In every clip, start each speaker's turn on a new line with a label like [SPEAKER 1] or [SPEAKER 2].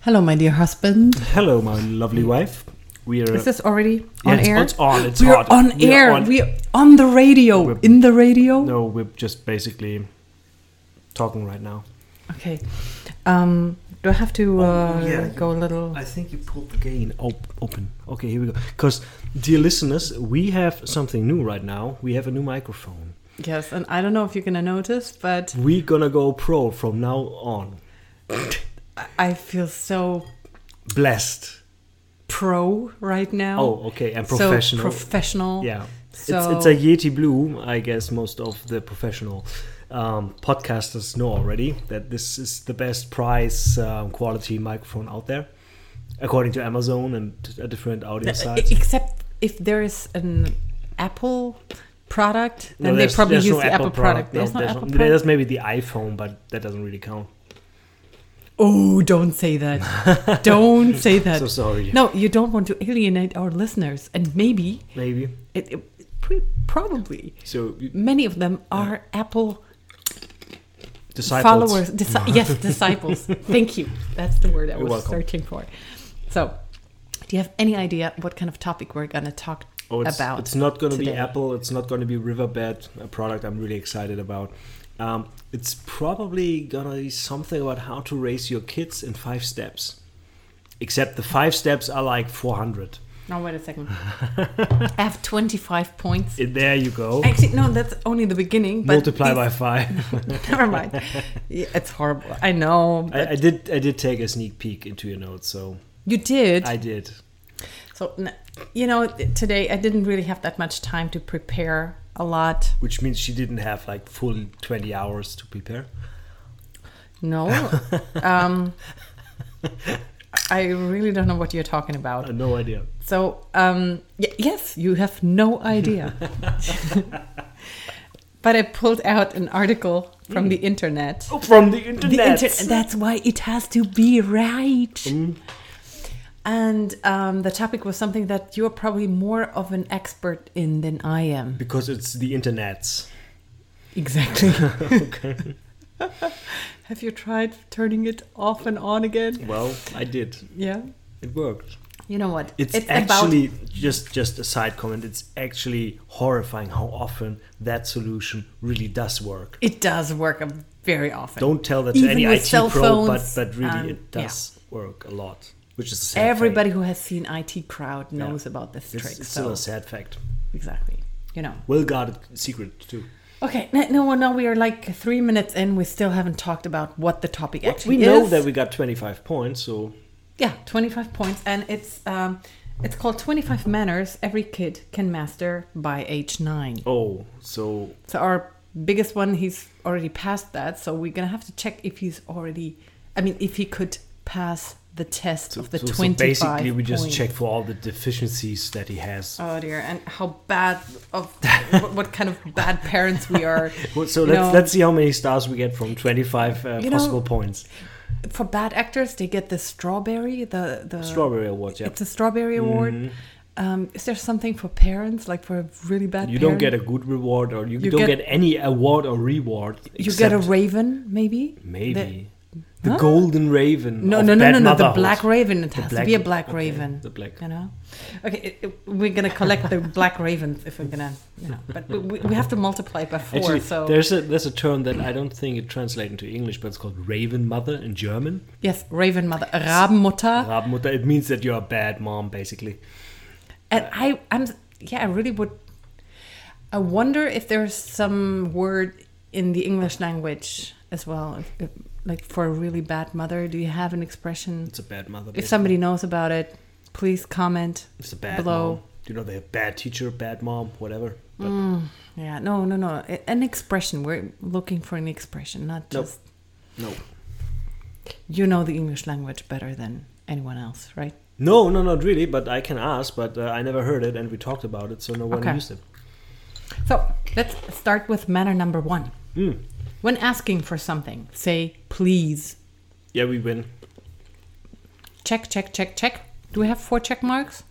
[SPEAKER 1] Hello, my dear husband.
[SPEAKER 2] Hello, my lovely wife. We are.
[SPEAKER 1] Is this already
[SPEAKER 2] yeah,
[SPEAKER 1] on
[SPEAKER 2] it's,
[SPEAKER 1] air?
[SPEAKER 2] it's on. It's
[SPEAKER 1] we're
[SPEAKER 2] hot.
[SPEAKER 1] on
[SPEAKER 2] We are
[SPEAKER 1] air.
[SPEAKER 2] on-
[SPEAKER 1] We're on the radio.
[SPEAKER 2] We're-
[SPEAKER 1] in the radio.
[SPEAKER 2] no, we're just basically talking right now.
[SPEAKER 1] Okay. Um, do I have to
[SPEAKER 2] Oh,
[SPEAKER 1] uh,
[SPEAKER 2] yeah,
[SPEAKER 1] go a little?
[SPEAKER 2] I think you pulled the gain op- open. Okay, here we go. Because, dear listeners, we have something new right now. We have a new microphone.
[SPEAKER 1] Yes, and I don't know if you're gonna notice, but
[SPEAKER 2] We're gonna go pro from now on.
[SPEAKER 1] I- I feel so
[SPEAKER 2] Blessed.
[SPEAKER 1] pro right now.
[SPEAKER 2] Oh, okay, and
[SPEAKER 1] So
[SPEAKER 2] professional.
[SPEAKER 1] professional.
[SPEAKER 2] yeah.
[SPEAKER 1] So-
[SPEAKER 2] It's, it's a Yeti Blue, I guess most of the professional um, podcasters know already that this is the best price um, quality microphone out there, according to Amazon and a different audio
[SPEAKER 1] Uh,
[SPEAKER 2] sites.
[SPEAKER 1] Except if there is an Apple product,
[SPEAKER 2] No,
[SPEAKER 1] then they
[SPEAKER 2] there's-
[SPEAKER 1] probably
[SPEAKER 2] there's
[SPEAKER 1] use
[SPEAKER 2] no
[SPEAKER 1] the Apple, product. There's
[SPEAKER 2] No,
[SPEAKER 1] no,
[SPEAKER 2] there's
[SPEAKER 1] Apple
[SPEAKER 2] no-
[SPEAKER 1] product.
[SPEAKER 2] There's maybe the iPhone, but that doesn't really count.
[SPEAKER 1] Oh, don't say that. don't say that.
[SPEAKER 2] so sorry.
[SPEAKER 1] Uh, No, you don't want to alienate our listeners, and maybe
[SPEAKER 2] Maybe.
[SPEAKER 1] it, it pre- probably
[SPEAKER 2] So you-
[SPEAKER 1] many of them are Apple
[SPEAKER 2] disciples.
[SPEAKER 1] followers. Disi- yes, disciples. Thank you. That's the word I
[SPEAKER 2] You're
[SPEAKER 1] was
[SPEAKER 2] welcome.
[SPEAKER 1] searching for. So, do you have any idea what kind of topic we're going to talk
[SPEAKER 2] Oh, it's,
[SPEAKER 1] about?
[SPEAKER 2] it's not going to be
[SPEAKER 1] today.
[SPEAKER 2] Apple. It's not going to be Riverbed, a product I'm really excited about. Um, it's probably going to be something about how to raise your kids in five steps. Except the five steps are like 400.
[SPEAKER 1] No, wait a second. I have twenty-five points.
[SPEAKER 2] Eh, There you go.
[SPEAKER 1] Actually, no, that's only the beginning. But
[SPEAKER 2] Multiply by
[SPEAKER 1] these-
[SPEAKER 2] five.
[SPEAKER 1] Never mind. Yeah, it's horrible. I know.
[SPEAKER 2] I, I did. I did take a sneak peek into your notes, so
[SPEAKER 1] You did.
[SPEAKER 2] I did.
[SPEAKER 1] So, n- you know, t- today I didn't really have that much time to prepare a lot.
[SPEAKER 2] Which means she didn't have like full twenty hours to prepare.
[SPEAKER 1] No. um, I really don't know what you're talking
[SPEAKER 2] Uh,
[SPEAKER 1] about.
[SPEAKER 2] no idea.
[SPEAKER 1] So, um, y- yes, you have no idea. but I pulled out an article from the internet.
[SPEAKER 2] From the
[SPEAKER 1] Oh, The
[SPEAKER 2] internet.
[SPEAKER 1] inter- that's why it has to be right. And um, the topic was something that you're probably more of an expert in than I am.
[SPEAKER 2] because it's the internet's.
[SPEAKER 1] Exactly. Have you tried turning it off and on again?
[SPEAKER 2] Well, I did.
[SPEAKER 1] Yeah.
[SPEAKER 2] It worked.
[SPEAKER 1] You know what?
[SPEAKER 2] It's,
[SPEAKER 1] about-
[SPEAKER 2] actually just just a side comment. It's actually horrifying how often that solution really does work.
[SPEAKER 1] it does work very often.
[SPEAKER 2] Don't tell that to
[SPEAKER 1] Even
[SPEAKER 2] any
[SPEAKER 1] with
[SPEAKER 2] IT
[SPEAKER 1] cell
[SPEAKER 2] pro, but
[SPEAKER 1] phones
[SPEAKER 2] but really
[SPEAKER 1] and-
[SPEAKER 2] it does work a lot, which is a sad
[SPEAKER 1] Everybody
[SPEAKER 2] fact.
[SPEAKER 1] who has seen IT Crowd knows about this
[SPEAKER 2] It's,
[SPEAKER 1] trick.
[SPEAKER 2] it's still
[SPEAKER 1] so
[SPEAKER 2] a sad fact.
[SPEAKER 1] exactly. You know.
[SPEAKER 2] Well guarded secret too.
[SPEAKER 1] Okay. No, no, no. We are like three minutes in. We still haven't talked about what the topic actually
[SPEAKER 2] we know
[SPEAKER 1] is.
[SPEAKER 2] that we got 25 points, so
[SPEAKER 1] Yeah, 25 points. And it's um, it's called 25 Manners Every Kid Can Master by Age 9.
[SPEAKER 2] oh, so
[SPEAKER 1] So our biggest one, he's already passed that. So we're gonna have to check if he's already. I mean, if he could pass the test of the
[SPEAKER 2] so, so
[SPEAKER 1] twenty-five.
[SPEAKER 2] basically we just
[SPEAKER 1] points.
[SPEAKER 2] check for all the deficiencies that he has.
[SPEAKER 1] Oh dear! And how bad of what, what kind of bad parents we are.
[SPEAKER 2] Well, so
[SPEAKER 1] you
[SPEAKER 2] let's
[SPEAKER 1] know.
[SPEAKER 2] let's see how many stars we get from 25 uh,
[SPEAKER 1] You know- uh,
[SPEAKER 2] possible points.
[SPEAKER 1] For bad actors, they get the strawberry. The the
[SPEAKER 2] Strawberry award, yeah. Mm-hmm.
[SPEAKER 1] It's a strawberry award. Um, is there something for parents, like for a really bad?
[SPEAKER 2] You don't
[SPEAKER 1] parent?
[SPEAKER 2] get a good reward, or you,
[SPEAKER 1] You
[SPEAKER 2] don't
[SPEAKER 1] get-
[SPEAKER 2] get, any award or reward.
[SPEAKER 1] You get a
[SPEAKER 2] except
[SPEAKER 1] raven, maybe.
[SPEAKER 2] maybe the,
[SPEAKER 1] Huh?
[SPEAKER 2] golden raven.
[SPEAKER 1] No,
[SPEAKER 2] of
[SPEAKER 1] no, no,
[SPEAKER 2] bad
[SPEAKER 1] no, no. The
[SPEAKER 2] motherhood.
[SPEAKER 1] black raven. It
[SPEAKER 2] The
[SPEAKER 1] has
[SPEAKER 2] black-
[SPEAKER 1] to be a black
[SPEAKER 2] okay,
[SPEAKER 1] raven.
[SPEAKER 2] The black.
[SPEAKER 1] you know okay it, it- we're gonna collect the black ravens if we're gonna you know but we- we, we have to multiply by four
[SPEAKER 2] Actually,
[SPEAKER 1] so
[SPEAKER 2] there's a there's a term that I don't think it translates into English, but it's called raven mother in German.
[SPEAKER 1] yes raven mother rabenmutter
[SPEAKER 2] Rabenmutter. It means that you're a bad mom, basically.
[SPEAKER 1] and i i'm yeah i really would i wonder if there's some word in the english language as well if, if, like for a really bad mother do you have an expression
[SPEAKER 2] It's a bad mother.
[SPEAKER 1] if
[SPEAKER 2] basically.
[SPEAKER 1] somebody knows about it please comment
[SPEAKER 2] it's a bad
[SPEAKER 1] below-
[SPEAKER 2] mom. You know, they have bad teacher, bad mom, whatever. But
[SPEAKER 1] yeah no no no a- an expression we're looking for an expression not
[SPEAKER 2] Nope.
[SPEAKER 1] just
[SPEAKER 2] no,
[SPEAKER 1] you know the english language better than anyone else right
[SPEAKER 2] no, no, not really. But I can ask. But uh, I never heard it, and we talked about it, so no one
[SPEAKER 1] Okay.
[SPEAKER 2] used it.
[SPEAKER 1] So let's start with manner number one.
[SPEAKER 2] Mm.
[SPEAKER 1] When asking for something, say please.
[SPEAKER 2] Yeah, we win.
[SPEAKER 1] Check, check, check, check. Do we have four check marks?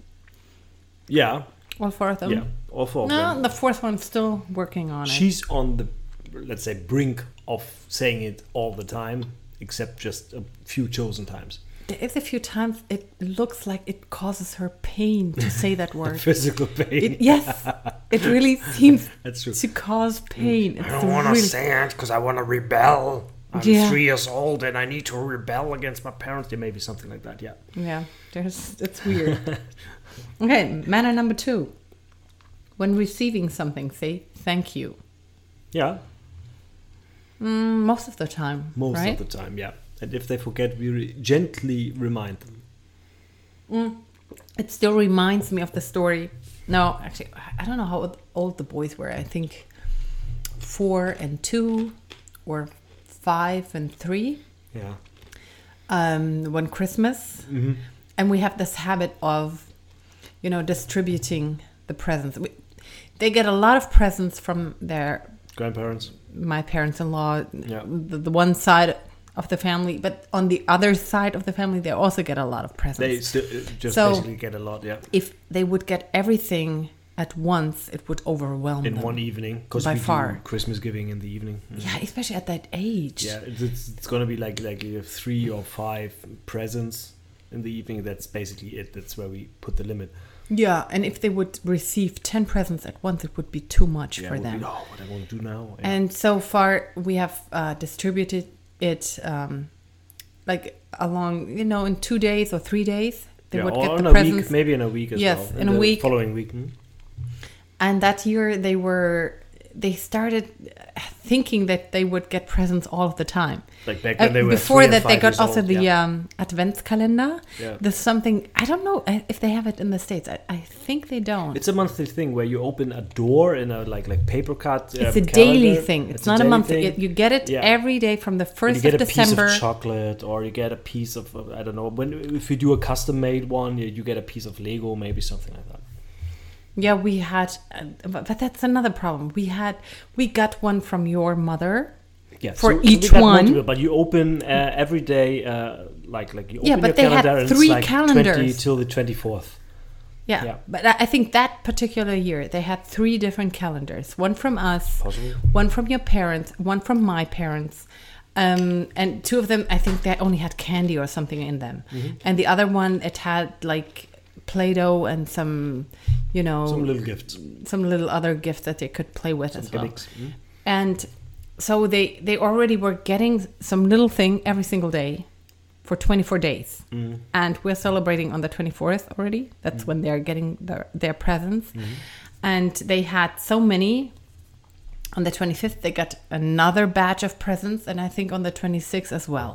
[SPEAKER 2] Yeah,
[SPEAKER 1] All four of them?
[SPEAKER 2] yeah, all four of them.
[SPEAKER 1] Um, No, the fourth one's still working on it.
[SPEAKER 2] she's on the let's say brink of saying it all the time except just a few chosen times
[SPEAKER 1] There is a few times it looks like it causes her pain to say that word.
[SPEAKER 2] Physical pain.
[SPEAKER 1] It, yes, it really seems
[SPEAKER 2] That's true.
[SPEAKER 1] to cause pain.
[SPEAKER 3] I
[SPEAKER 1] It's
[SPEAKER 3] don't want to
[SPEAKER 1] really-
[SPEAKER 3] say it because I want to rebel. I'm
[SPEAKER 1] Yeah.
[SPEAKER 3] three years old and I need to rebel against my parents.
[SPEAKER 2] There may be something like that, yeah.
[SPEAKER 1] Yeah, there's it's weird. okay, manner number two. When receiving something, say thank you.
[SPEAKER 2] Yeah,
[SPEAKER 1] Mm, most of the time,
[SPEAKER 2] most
[SPEAKER 1] right?
[SPEAKER 2] of the time, yeah. And if they forget, we re- gently remind them.
[SPEAKER 1] it still reminds me of the story. No, actually, I- I don't know how old the boys were. I think four and two, or five and three.
[SPEAKER 2] Yeah.
[SPEAKER 1] um, one Christmas,
[SPEAKER 2] Mm-hmm.
[SPEAKER 1] and we have this habit of, you know, distributing the presents. We, they get a lot of presents from their
[SPEAKER 2] Grandparents.
[SPEAKER 1] my parents-in-law,
[SPEAKER 2] Yeah.
[SPEAKER 1] the, the one side of the family, but on the other side of the family, they also get a lot of
[SPEAKER 2] They
[SPEAKER 1] presents.
[SPEAKER 2] still uh, just
[SPEAKER 1] So-
[SPEAKER 2] basically get a lot, yeah.
[SPEAKER 1] if they would get everything at once, it would overwhelm
[SPEAKER 2] In
[SPEAKER 1] them.
[SPEAKER 2] one evening. Because
[SPEAKER 1] Um, By
[SPEAKER 2] we
[SPEAKER 1] far.
[SPEAKER 2] do Christmas giving in the evening. Mm.
[SPEAKER 1] yeah, especially at that age.
[SPEAKER 2] Yeah, it's, it's, it's going to be like like you have three or five presents in the evening. That's basically it. That's where we put the limit.
[SPEAKER 1] Yeah, and if they would receive ten presents at once, it would be too much
[SPEAKER 2] Yeah,
[SPEAKER 1] for
[SPEAKER 2] we'll be,
[SPEAKER 1] them.
[SPEAKER 2] "Oh, what I want to do now. Yeah.
[SPEAKER 1] And so far, we have uh, distributed it um, like along, you know, in two days or three days. They
[SPEAKER 2] Yeah,
[SPEAKER 1] would
[SPEAKER 2] or
[SPEAKER 1] get
[SPEAKER 2] in
[SPEAKER 1] the
[SPEAKER 2] a
[SPEAKER 1] presents.
[SPEAKER 2] week, maybe in a week as
[SPEAKER 1] Yes,
[SPEAKER 2] well.
[SPEAKER 1] in a
[SPEAKER 2] the
[SPEAKER 1] week.
[SPEAKER 2] Following week. mm.
[SPEAKER 1] And that year, they were, they started thinking that they would get presents all of the time.
[SPEAKER 2] Like back
[SPEAKER 1] Uh,
[SPEAKER 2] when they were
[SPEAKER 1] before
[SPEAKER 2] three and
[SPEAKER 1] that, they
[SPEAKER 2] five
[SPEAKER 1] got
[SPEAKER 2] years
[SPEAKER 1] also
[SPEAKER 2] old,
[SPEAKER 1] the
[SPEAKER 2] yeah.
[SPEAKER 1] um, Adventskalender.
[SPEAKER 2] Yeah.
[SPEAKER 1] There's something, I don't know uh, if they have it in the States. I, I think they don't.
[SPEAKER 2] It's a monthly thing where you open a door in a like like paper cut.
[SPEAKER 1] It's
[SPEAKER 2] um,
[SPEAKER 1] a daily
[SPEAKER 2] calendar.
[SPEAKER 1] thing. It's,
[SPEAKER 2] a
[SPEAKER 1] not a,
[SPEAKER 2] daily
[SPEAKER 1] monthly.
[SPEAKER 2] thing.
[SPEAKER 1] It, you get it
[SPEAKER 2] Yeah.
[SPEAKER 1] every day from the 1st
[SPEAKER 2] And you get
[SPEAKER 1] of
[SPEAKER 2] a
[SPEAKER 1] December.
[SPEAKER 2] piece of chocolate, or you get a piece of of- I don't know. When if you do a custom made one, you, you get a piece of Lego, maybe something like that.
[SPEAKER 1] Yeah, we had, uh, but but that's another problem. We had, we got one from your mother.
[SPEAKER 2] Yeah,
[SPEAKER 1] For
[SPEAKER 2] we
[SPEAKER 1] each
[SPEAKER 2] got
[SPEAKER 1] one.
[SPEAKER 2] multiple, but you open uh, every day, uh, like like you open
[SPEAKER 1] Yeah, but they
[SPEAKER 2] your
[SPEAKER 1] had
[SPEAKER 2] calendar and
[SPEAKER 1] three
[SPEAKER 2] it's like twenty
[SPEAKER 1] calendars.
[SPEAKER 2] till the twenty fourth.
[SPEAKER 1] Yeah.
[SPEAKER 2] Yeah.
[SPEAKER 1] But I I think that particular year, they had three different calendars one from us,
[SPEAKER 2] Possible.
[SPEAKER 1] one from your parents, one from my parents. Um, and two of them, I think they only had candy or something in them. And the other one, it had like Play Doh and some, you know,
[SPEAKER 2] Some little gifts,
[SPEAKER 1] some little other gift that they could play with as well.
[SPEAKER 2] gimmicks. Mm.
[SPEAKER 1] And so they they already were getting some little thing every single day for 24 days. And we're celebrating on the 24th already. That's when they're getting their, their presents. And they had so many. On the 25th, they got another batch of presents, and I think on the 26th as well.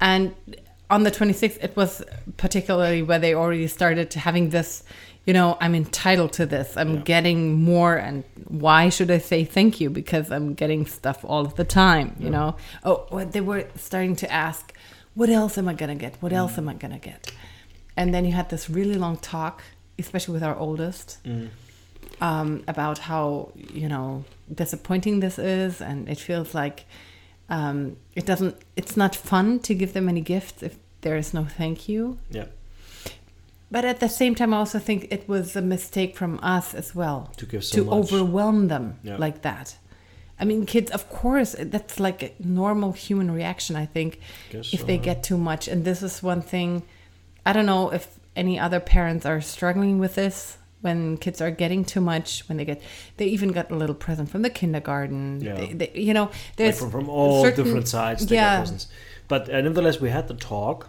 [SPEAKER 1] And on the 26th, it was particularly where they already started having this, you know, I'm entitled to this. I'm
[SPEAKER 2] Yeah.
[SPEAKER 1] getting more. And why should I say thank you? Because I'm getting stuff all of the time, you know? Oh, well, they were starting to ask, what else am I going to get? What else am I going to get? And then you had this really long talk, especially with our oldest, um, about how, you know, disappointing this is. And it feels like, um, it doesn't it's not fun to give them any gifts if there is no thank you
[SPEAKER 2] Yeah,
[SPEAKER 1] but at the same time i also think it was a mistake from us as well
[SPEAKER 2] to give so
[SPEAKER 1] to
[SPEAKER 2] much.
[SPEAKER 1] overwhelm them
[SPEAKER 2] Yeah.
[SPEAKER 1] like that i mean kids of course that's like a normal human reaction i think
[SPEAKER 2] Guess
[SPEAKER 1] if
[SPEAKER 2] so,
[SPEAKER 1] they
[SPEAKER 2] yeah.
[SPEAKER 1] get too much and this is one thing i don't know if any other parents are struggling with this when kids are getting too much when they get they even got a little present from the kindergarten
[SPEAKER 2] Yeah.
[SPEAKER 1] they, they, you know
[SPEAKER 2] Like
[SPEAKER 1] there's
[SPEAKER 2] from, from all
[SPEAKER 1] certain-
[SPEAKER 2] different sides. They
[SPEAKER 1] yeah.
[SPEAKER 2] got presents. But uh, nevertheless, we had the talk,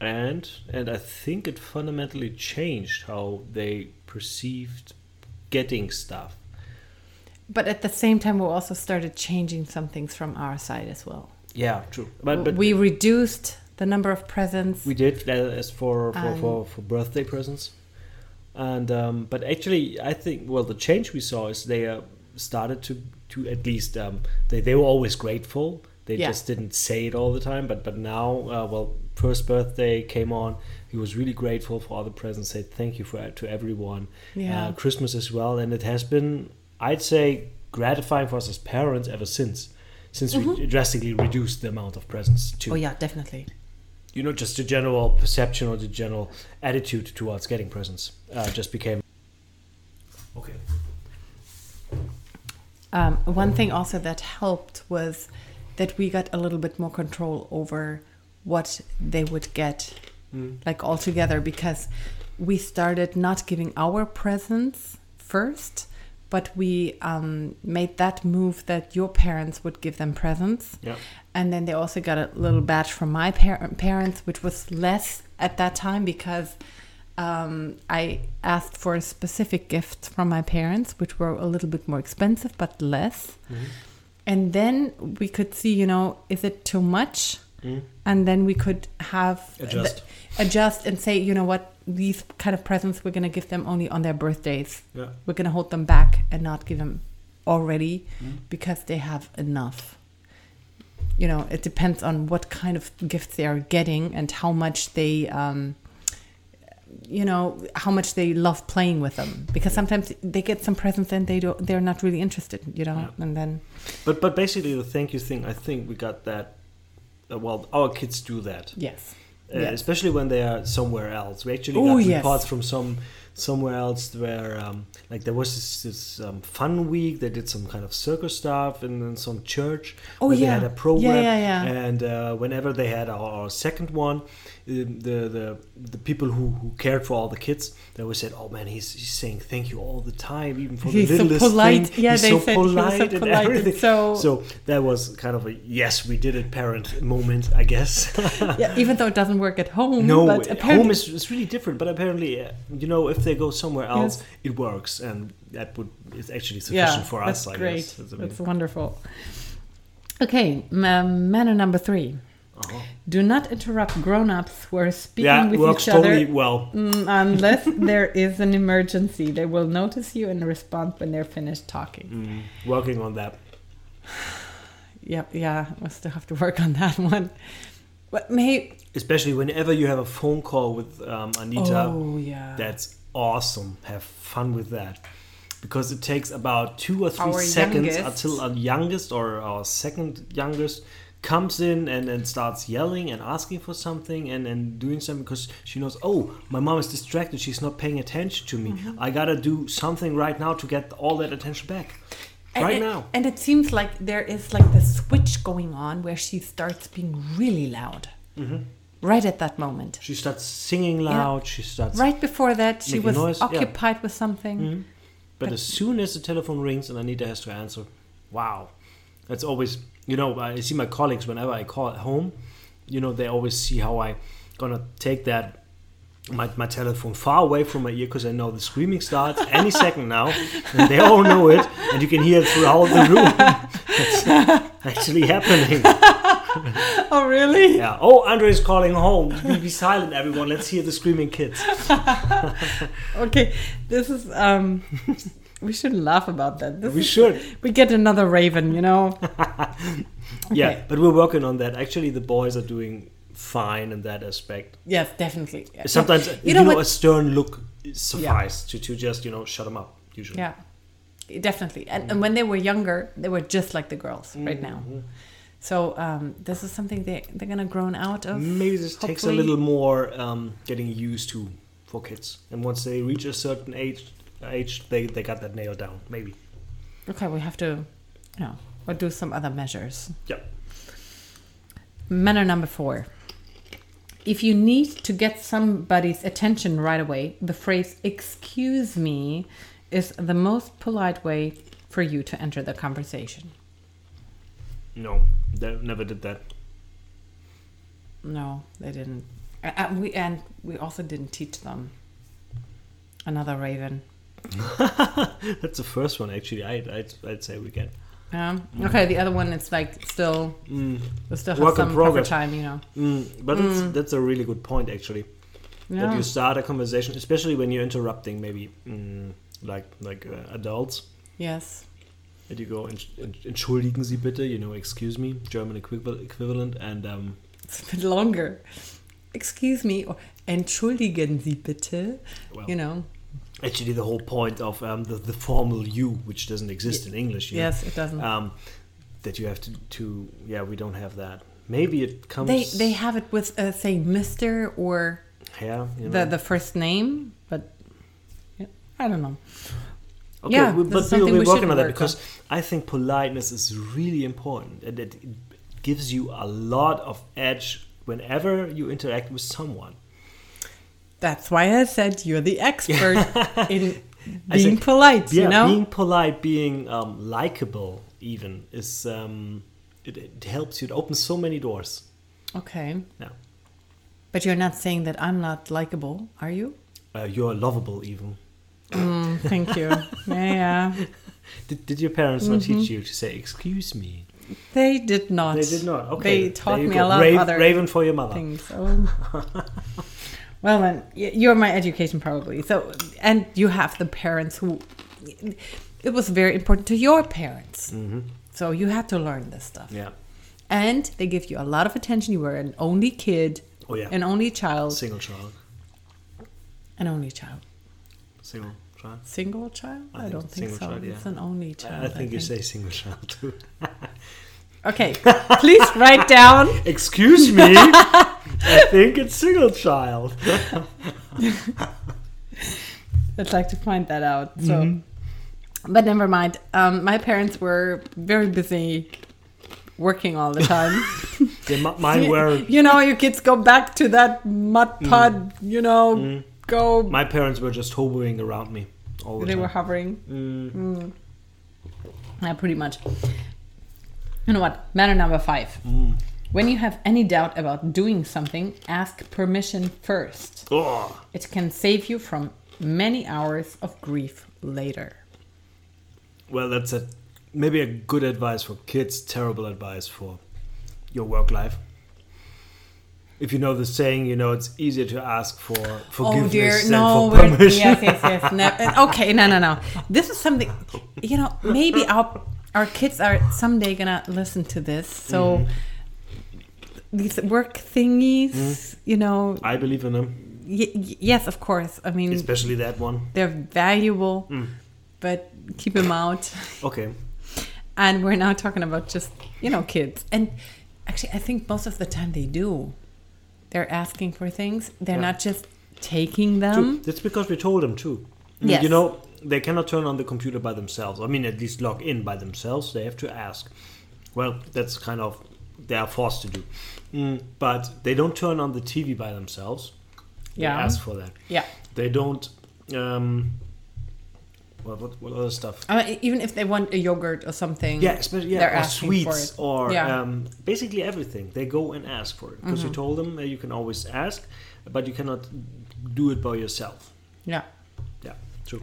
[SPEAKER 2] and and I think it fundamentally changed how they perceived getting stuff.
[SPEAKER 1] But at the same time, we also started changing some things from our side as well.
[SPEAKER 2] Yeah, true. But but
[SPEAKER 1] we reduced the number of presents.
[SPEAKER 2] We did uh, as for for,
[SPEAKER 1] Um,
[SPEAKER 2] for for birthday presents, and um, but actually, I think well, the change we saw is they uh, started to to at least um, they they were always grateful. They
[SPEAKER 1] Yeah.
[SPEAKER 2] just didn't say it all the time, but but now uh, well, first birthday came on. He was really grateful for all the presents. Said thank you for to everyone.
[SPEAKER 1] Yeah.
[SPEAKER 2] Uh, Christmas as well, and it has been I'd say gratifying for us as parents ever since. Since
[SPEAKER 1] Mm-hmm.
[SPEAKER 2] we drastically reduced the amount of presents to
[SPEAKER 1] oh yeah, definitely.
[SPEAKER 2] you know, just the general perception or the general attitude towards getting presents uh, just became. Okay.
[SPEAKER 1] Um, one thing also that helped was that we got a little bit more control over what they would get like all together because we started not giving our presents first but we um, made that move that your parents would give them presents
[SPEAKER 2] Yeah.
[SPEAKER 1] and then they also got a little badge from my par- parents which was less at that time because um, i asked for a specific gift from my parents which were a little bit more expensive but less and then we could see you know is it too much and then we could have
[SPEAKER 2] Adjust.
[SPEAKER 1] the- adjust and say you know what these kind of presents we're going to give them only on their birthdays
[SPEAKER 2] Yeah.
[SPEAKER 1] we're going to hold them back and not give them already
[SPEAKER 2] Mm-hmm.
[SPEAKER 1] because they have enough you know it depends on what kind of gifts they are getting and how much they um, you know how much they love playing with them because sometimes they get some presents and they do they're not really interested you know
[SPEAKER 2] Yeah.
[SPEAKER 1] and then
[SPEAKER 2] But but basically the thank you thing, I think we got that. Uh, well, our kids do that,
[SPEAKER 1] yes
[SPEAKER 2] uh,
[SPEAKER 1] Yes.
[SPEAKER 2] especially when they are somewhere else. We actually
[SPEAKER 1] Oh,
[SPEAKER 2] got
[SPEAKER 1] yes.
[SPEAKER 2] reports from some somewhere else where um, like there was this, this um, fun week. They did some kind of circus stuff in, in some church.
[SPEAKER 1] Oh,
[SPEAKER 2] where
[SPEAKER 1] yeah.
[SPEAKER 2] they had a program.
[SPEAKER 1] Yeah, yeah, yeah.
[SPEAKER 2] And uh, whenever they had our, our second one, um, the the the people who, who cared for all the kids, they always said, "Oh man, he's, he's saying thank you all the time, even for
[SPEAKER 1] He's so
[SPEAKER 2] the littlest
[SPEAKER 1] polite.
[SPEAKER 2] thing.
[SPEAKER 1] Yeah,
[SPEAKER 2] he's
[SPEAKER 1] they
[SPEAKER 2] so
[SPEAKER 1] said he was so
[SPEAKER 2] polite and
[SPEAKER 1] polite and
[SPEAKER 2] everything."
[SPEAKER 1] so-
[SPEAKER 2] so that was kind of a yes, we did it, parent moment, I guess.
[SPEAKER 1] yeah, even though it doesn't work at home.
[SPEAKER 2] No,
[SPEAKER 1] Mm-hmm, but
[SPEAKER 2] home
[SPEAKER 1] apparently,
[SPEAKER 2] is, is really different, but apparently, uh, you know, if they go somewhere else,
[SPEAKER 1] Yes.
[SPEAKER 2] it works, and that would is actually sufficient
[SPEAKER 1] yeah,
[SPEAKER 2] for
[SPEAKER 1] that's
[SPEAKER 2] us. I
[SPEAKER 1] great.
[SPEAKER 2] guess. That's, I mean,
[SPEAKER 1] That's wonderful. Okay, um, manner number three:
[SPEAKER 2] uh-huh.
[SPEAKER 1] do not interrupt grown-ups who are speaking
[SPEAKER 2] Yeah,
[SPEAKER 1] with
[SPEAKER 2] works
[SPEAKER 1] each other
[SPEAKER 2] totally well.
[SPEAKER 1] mm, unless there is an emergency. They will notice you and respond when they're finished talking.
[SPEAKER 2] Mm, working on that.
[SPEAKER 1] Yep, yeah, I still have to work on that one. But may
[SPEAKER 2] Especially whenever you have a phone call with um, Anita,
[SPEAKER 1] oh yeah,
[SPEAKER 2] that's awesome. Have fun with that. Because it takes about two or three
[SPEAKER 1] Our
[SPEAKER 2] seconds
[SPEAKER 1] youngest.
[SPEAKER 2] until our youngest or our second youngest comes in and then starts yelling and asking for something and and doing something because she knows, oh, my mom is distracted. She's not paying attention to me.
[SPEAKER 1] Mm-hmm.
[SPEAKER 2] I gotta do something right now to get all that attention back.
[SPEAKER 1] And
[SPEAKER 2] right
[SPEAKER 1] it-
[SPEAKER 2] now.
[SPEAKER 1] And it seems like there is like the switch going on where she starts being really loud.
[SPEAKER 2] Mm-hmm.
[SPEAKER 1] Right at that moment.
[SPEAKER 2] She starts singing loud. She starts.
[SPEAKER 1] Right before that, she
[SPEAKER 2] Making
[SPEAKER 1] was
[SPEAKER 2] noise, yeah. Mm-hmm.
[SPEAKER 1] occupied with something.
[SPEAKER 2] But as soon as the telephone rings and Anita has to answer, wow. That's always, you know, I see my colleagues whenever I call at home, you know, they always see how I gonna take that my, my telephone far away from my ear because I know the screaming starts any second now, and they all know it, and you can hear it throughout the room. It's actually happening.
[SPEAKER 1] Oh, really?
[SPEAKER 2] Yeah. Oh, Andre is calling home. Be, be silent, everyone. Let's hear the screaming kids.
[SPEAKER 1] Okay, this is. um We shouldn't laugh about that. This
[SPEAKER 2] We
[SPEAKER 1] is-
[SPEAKER 2] should.
[SPEAKER 1] We get another raven, you know?
[SPEAKER 2] Yeah,
[SPEAKER 1] Okay.
[SPEAKER 2] but we're working on that. Actually, the boys are doing fine in that aspect.
[SPEAKER 1] yes, definitely. Yeah.
[SPEAKER 2] Sometimes
[SPEAKER 1] you
[SPEAKER 2] you
[SPEAKER 1] know
[SPEAKER 2] know,
[SPEAKER 1] what-
[SPEAKER 2] a stern look suffice to, to just you know shut them up. Usually,
[SPEAKER 1] Yeah, definitely. And, and when they were younger, they were just like the girls right now.
[SPEAKER 2] Mm-hmm.
[SPEAKER 1] So um, this is something they, they're going to grown out of.
[SPEAKER 2] maybe this takes a
[SPEAKER 1] Hopefully-
[SPEAKER 2] little more um, getting used to for kids. And once they reach a certain age, age they they got that nailed down. Maybe.
[SPEAKER 1] Okay, we have to, you know, or do some other measures.
[SPEAKER 2] Yeah.
[SPEAKER 1] Manner number four. If you need to get somebody's attention right away, the phrase "excuse me" is the most polite way for you to enter the conversation.
[SPEAKER 2] No, they never did that.
[SPEAKER 1] No, they didn't. Uh, uh, we and we also didn't teach them. Another raven.
[SPEAKER 2] That's the first one actually. I I'd, I'd say we get.
[SPEAKER 1] Yeah. Okay. The other one, it's like still, we still have
[SPEAKER 2] Mm-hmm. Work in
[SPEAKER 1] some proper
[SPEAKER 2] progress.
[SPEAKER 1] time, you know.
[SPEAKER 2] Mm, but It's, that's a really good point actually.
[SPEAKER 1] Yeah.
[SPEAKER 2] that you start a conversation, especially when you're interrupting maybe mm, like like uh, adults.
[SPEAKER 1] yes.
[SPEAKER 2] That you go, "Entsch- entschuldigen Sie bitte, you know, excuse me, German equival- equivalent, and um,
[SPEAKER 1] It's a bit longer. Excuse me, or entschuldigen Sie bitte.
[SPEAKER 2] Well,
[SPEAKER 1] you know,
[SPEAKER 2] Oh, actually the whole point of um, the, the formal you, which doesn't exist in English. You know,
[SPEAKER 1] yes, it doesn't.
[SPEAKER 2] um, that you have to, to, yeah, we don't have that. Maybe it comes.
[SPEAKER 1] they they have it with uh, say Mister or
[SPEAKER 2] yeah, you know.
[SPEAKER 1] the the first name, but yeah, I don't know.
[SPEAKER 2] Okay,
[SPEAKER 1] Yeah,
[SPEAKER 2] we,
[SPEAKER 1] this
[SPEAKER 2] but
[SPEAKER 1] is
[SPEAKER 2] we,
[SPEAKER 1] something
[SPEAKER 2] we're
[SPEAKER 1] we should
[SPEAKER 2] working on that
[SPEAKER 1] work on.
[SPEAKER 2] because I think politeness is really important, and it, it gives you a lot of edge whenever you interact with someone.
[SPEAKER 1] That's why I said you're the expert in
[SPEAKER 2] I
[SPEAKER 1] being
[SPEAKER 2] said-
[SPEAKER 1] polite,
[SPEAKER 2] Yeah,
[SPEAKER 1] you know?
[SPEAKER 2] being polite, being um, likable, even is um, it, it helps you. It opens so many doors.
[SPEAKER 1] Okay.
[SPEAKER 2] Yeah,
[SPEAKER 1] But you're not saying that I'm not likable, are you? Mm,
[SPEAKER 2] uh, you're lovable. Even
[SPEAKER 1] Thank you. yeah, yeah.
[SPEAKER 2] did, did your parents not teach you to say "excuse me"?
[SPEAKER 1] Mm-hmm. They did not.
[SPEAKER 2] They did not. Okay,
[SPEAKER 1] They taught
[SPEAKER 2] there you
[SPEAKER 1] me
[SPEAKER 2] go.
[SPEAKER 1] a lot
[SPEAKER 2] Rave-
[SPEAKER 1] of other
[SPEAKER 2] Raven for your mother.
[SPEAKER 1] things. Oh. well, then y- you're my education probably. So, and you have the parents who. It was very important to your parents,
[SPEAKER 2] Mm-hmm.
[SPEAKER 1] so you had to learn this stuff.
[SPEAKER 2] Yeah,
[SPEAKER 1] And they give you a lot of attention. You were an only kid,
[SPEAKER 2] Oh, yeah.
[SPEAKER 1] an only child,
[SPEAKER 2] single child,
[SPEAKER 1] an only child,
[SPEAKER 2] single child.
[SPEAKER 1] single child.
[SPEAKER 2] I
[SPEAKER 1] I,
[SPEAKER 2] think
[SPEAKER 1] don't think so.
[SPEAKER 2] single child, yeah.
[SPEAKER 1] It's an only
[SPEAKER 2] I-
[SPEAKER 1] child.
[SPEAKER 2] I think you say single child too.
[SPEAKER 1] Okay, please write down.
[SPEAKER 2] Excuse me. I think it's single child.
[SPEAKER 1] I'd like to find that out. So,
[SPEAKER 2] Mm-hmm.
[SPEAKER 1] but never mind. Um, my parents were very busy working all the time.
[SPEAKER 2] Yeah, mi- mine were.
[SPEAKER 1] you know, you kids go back to that mud pod. You know, go.
[SPEAKER 2] My parents Mm. were just hovering around me all the
[SPEAKER 1] they
[SPEAKER 2] time.
[SPEAKER 1] were hovering. Mm. Yeah, pretty much. You know what? Matter number five.
[SPEAKER 2] Mm.
[SPEAKER 1] When you have any doubt about doing something, ask permission first.
[SPEAKER 2] Ugh.
[SPEAKER 1] It can save you from many hours of grief later.
[SPEAKER 2] Well, that's a maybe a good advice for kids. Terrible advice for your work life. If you know the saying, you know it's easier to ask for
[SPEAKER 1] Oh dear,
[SPEAKER 2] forgiveness than
[SPEAKER 1] no,
[SPEAKER 2] for
[SPEAKER 1] we're,
[SPEAKER 2] permission.
[SPEAKER 1] yes, yes, yes. No, okay, no, no, no. This is something, you know, maybe our our kids are someday gonna listen to this. So
[SPEAKER 2] Mm-hmm.
[SPEAKER 1] these work thingies, you know,
[SPEAKER 2] I believe in them,
[SPEAKER 1] y- y- yes, of course. I mean,
[SPEAKER 2] especially that one.
[SPEAKER 1] they're valuable,
[SPEAKER 2] Mm.
[SPEAKER 1] but keep them out.
[SPEAKER 2] Okay,
[SPEAKER 1] And we're now talking about just you know kids, and actually, I think most of the time they do. They're asking for things. They're
[SPEAKER 2] Yeah.
[SPEAKER 1] not just taking
[SPEAKER 2] Dude,
[SPEAKER 1] them.
[SPEAKER 2] that's because we told them too.
[SPEAKER 1] Um, Yes.
[SPEAKER 2] You know they cannot turn on the computer by themselves. I mean, at least log in by themselves. They have to ask. Well, that's kind of they are forced to do, Mm, but they don't turn on the TV by themselves. They
[SPEAKER 1] Yeah.
[SPEAKER 2] ask for that.
[SPEAKER 1] Yeah.
[SPEAKER 2] They don't. Um, what, what, what other stuff?
[SPEAKER 1] I mean, e-, even if they want a yogurt or something.
[SPEAKER 2] Yeah, especially
[SPEAKER 1] Mm. They're
[SPEAKER 2] yeah, or
[SPEAKER 1] asking
[SPEAKER 2] sweets
[SPEAKER 1] for it.
[SPEAKER 2] or
[SPEAKER 1] Yeah. Mm-hmm.
[SPEAKER 2] um, basically everything. They go and ask for it because you told them uh, you can always ask, but you cannot do it by yourself.
[SPEAKER 1] Yeah.
[SPEAKER 2] Yeah, true.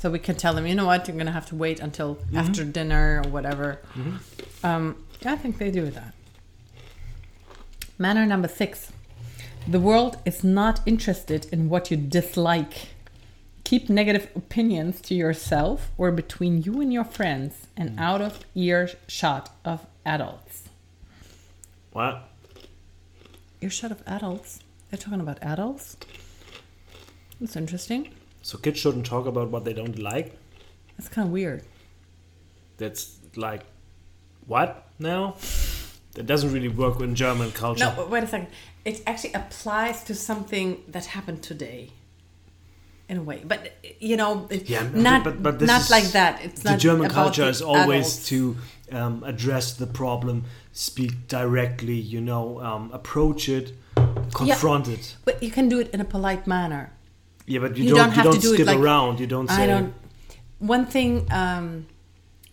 [SPEAKER 1] So we can tell them, you know what, you're gonna have to wait until after dinner or whatever. Um, I think they do that. Manner number six: the world is not interested in what you dislike. Keep negative opinions to yourself or between you and your friends, and out of earshot of adults.
[SPEAKER 2] Well,
[SPEAKER 1] Earshot of adults? They're talking about adults. That's interesting.
[SPEAKER 2] so kids shouldn't talk about what they don't like.
[SPEAKER 1] That's kind of weird.
[SPEAKER 2] That's like what now? That doesn't really work in German culture.
[SPEAKER 1] No, but wait a second. It actually applies to something that happened today, in a way. But you know, it,
[SPEAKER 2] Yeah,
[SPEAKER 1] not
[SPEAKER 2] but, but this
[SPEAKER 1] not
[SPEAKER 2] is-
[SPEAKER 1] like that. It's
[SPEAKER 2] the
[SPEAKER 1] not
[SPEAKER 2] German
[SPEAKER 1] about
[SPEAKER 2] culture
[SPEAKER 1] the
[SPEAKER 2] is always
[SPEAKER 1] adults.
[SPEAKER 2] to um, address the problem, speak directly, you know, um, approach it, confront it.
[SPEAKER 1] But you can do it in a polite manner.
[SPEAKER 2] Yeah, but you,
[SPEAKER 1] You
[SPEAKER 2] don't,
[SPEAKER 1] don't
[SPEAKER 2] you
[SPEAKER 1] have to
[SPEAKER 2] don't
[SPEAKER 1] do it
[SPEAKER 2] skip
[SPEAKER 1] like-
[SPEAKER 2] around. You don't say.
[SPEAKER 1] I don't. One thing um,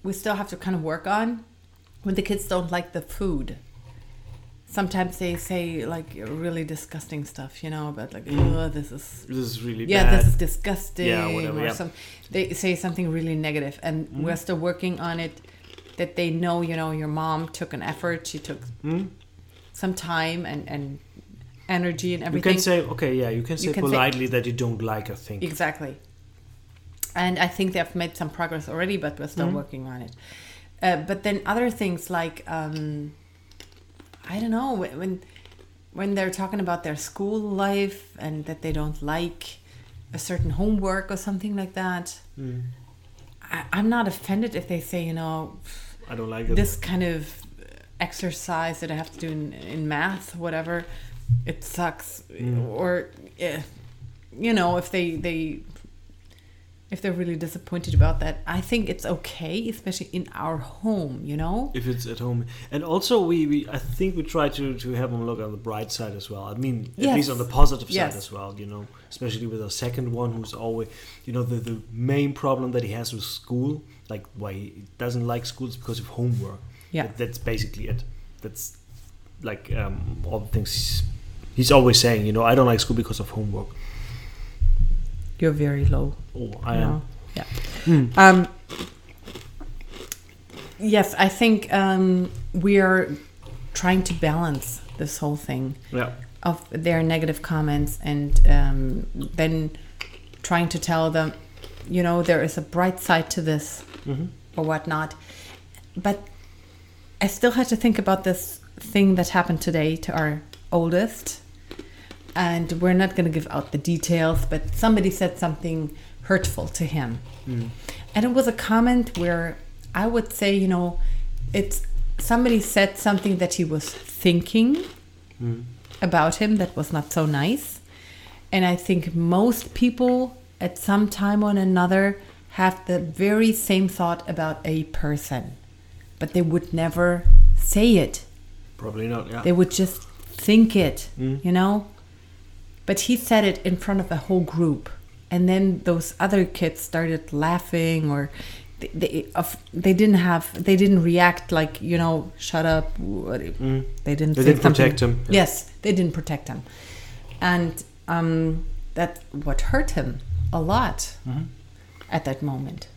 [SPEAKER 1] we still have to kind of work on when the kids don't like the food. Sometimes they say like really disgusting stuff, you know, about like, oh, this is
[SPEAKER 2] This is really
[SPEAKER 1] yeah,
[SPEAKER 2] bad.
[SPEAKER 1] this is disgusting.
[SPEAKER 2] Yeah, whatever,
[SPEAKER 1] or
[SPEAKER 2] yeah. Mm-hmm.
[SPEAKER 1] some, they say something really negative, and we're still working on it. That they know, you know, your mom took an effort. She took
[SPEAKER 2] Hmm?
[SPEAKER 1] some time and and energy and
[SPEAKER 2] you
[SPEAKER 1] everything.
[SPEAKER 2] can say okay, yeah. You can say
[SPEAKER 1] can say-
[SPEAKER 2] politely that you don't like a thing.
[SPEAKER 1] exactly. And I think they've made some progress already, but we're
[SPEAKER 2] Mm-hmm.
[SPEAKER 1] still working on it. Uh, but then other things like um, I don't know when- when when they're talking about their school life and that they don't like a certain homework or something like that.
[SPEAKER 2] Hmm.
[SPEAKER 1] I, I'm not offended if they say, you know,
[SPEAKER 2] I don't like it.
[SPEAKER 1] this kind of exercise that I have to do in, in math, whatever, it
[SPEAKER 2] Mm.
[SPEAKER 1] sucks. Or, eh, you know, if they they if they're really disappointed about that. I think it's okay, especially in our home, you know?
[SPEAKER 2] if it's at home. And also, we, we I think we try to, to have them look on the bright side as well. I mean, at
[SPEAKER 1] Yes.
[SPEAKER 2] least on the positive
[SPEAKER 1] Yes.
[SPEAKER 2] side as well, you know, especially with our second one who's always, you know, the, the main problem that he has with school, like why he doesn't like school is because of homework.
[SPEAKER 1] Yeah.
[SPEAKER 2] That- that's basically it. That's like um, all the things he's, he's always saying, you know, I don't like school because of homework.
[SPEAKER 1] You're very low.
[SPEAKER 2] Oh, I
[SPEAKER 1] you
[SPEAKER 2] am. Hmm.
[SPEAKER 1] know? Yeah. Um, yes, I think um, we are trying to balance this whole thing.
[SPEAKER 2] Yeah.
[SPEAKER 1] of their negative comments and um, then trying to tell them, you know, there is a bright side to this or whatnot. But I still had to think about this thing that happened today to our oldest. And we're not going to give out the details, but somebody said something hurtful to him. And it was a comment where I would say, you know, it's somebody said something that he was thinking about him that was not so nice. And I think most people at some time or another have the very same thought about a person, but they would never say it.
[SPEAKER 2] Probably not. Yeah.
[SPEAKER 1] They would just think it, you know? But he said it in front of a whole group. And then those other kids started laughing or they, they, of, they didn't have, they didn't react like, you know, shut up. what-
[SPEAKER 2] Mm.
[SPEAKER 1] They didn't,
[SPEAKER 2] They
[SPEAKER 1] say
[SPEAKER 2] didn't protect
[SPEAKER 1] something.
[SPEAKER 2] him.
[SPEAKER 1] Yes, they didn't protect him. And um, that's what hurt him a lot
[SPEAKER 2] Mm-hmm.
[SPEAKER 1] at that moment.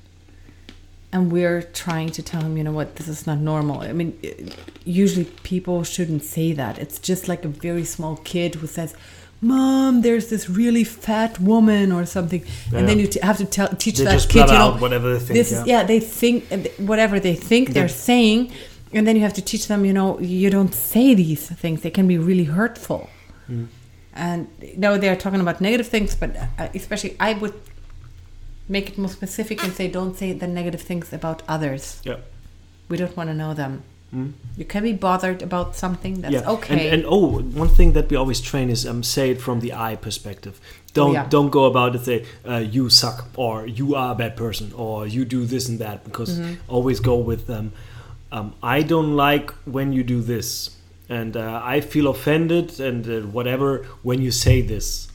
[SPEAKER 1] And we're trying to tell him, you know what, this is not normal. I mean, i- usually people shouldn't say that. It's just like a very small kid who says, Mom, there's this really fat woman or something. And then
[SPEAKER 2] Yeah.
[SPEAKER 1] you t- have to tell, teach
[SPEAKER 2] They
[SPEAKER 1] that
[SPEAKER 2] just
[SPEAKER 1] kid,
[SPEAKER 2] blurt
[SPEAKER 1] you know,
[SPEAKER 2] out whatever they think,
[SPEAKER 1] This is,
[SPEAKER 2] yeah.
[SPEAKER 1] yeah, they think, and th- whatever they think they're saying. And then you have to teach them, you know, you don't say these things. They can be really hurtful
[SPEAKER 2] Mm.
[SPEAKER 1] and no, they are talking about negative things, but uh, especially I would make it more specific and say, don't say the negative things about others.
[SPEAKER 2] yeah. Mm.
[SPEAKER 1] We don't want to know them. You can be bothered about something. That's okay.
[SPEAKER 2] And, and oh, one thing that we always train is um, say it from the I perspective. Don't
[SPEAKER 1] yeah.
[SPEAKER 2] don't go about it say uh, you suck or you are a bad person or you do this and that because
[SPEAKER 1] Mm-hmm.
[SPEAKER 2] always go with um, um, I don't like when you do this and uh, I feel offended and uh, whatever when you say this.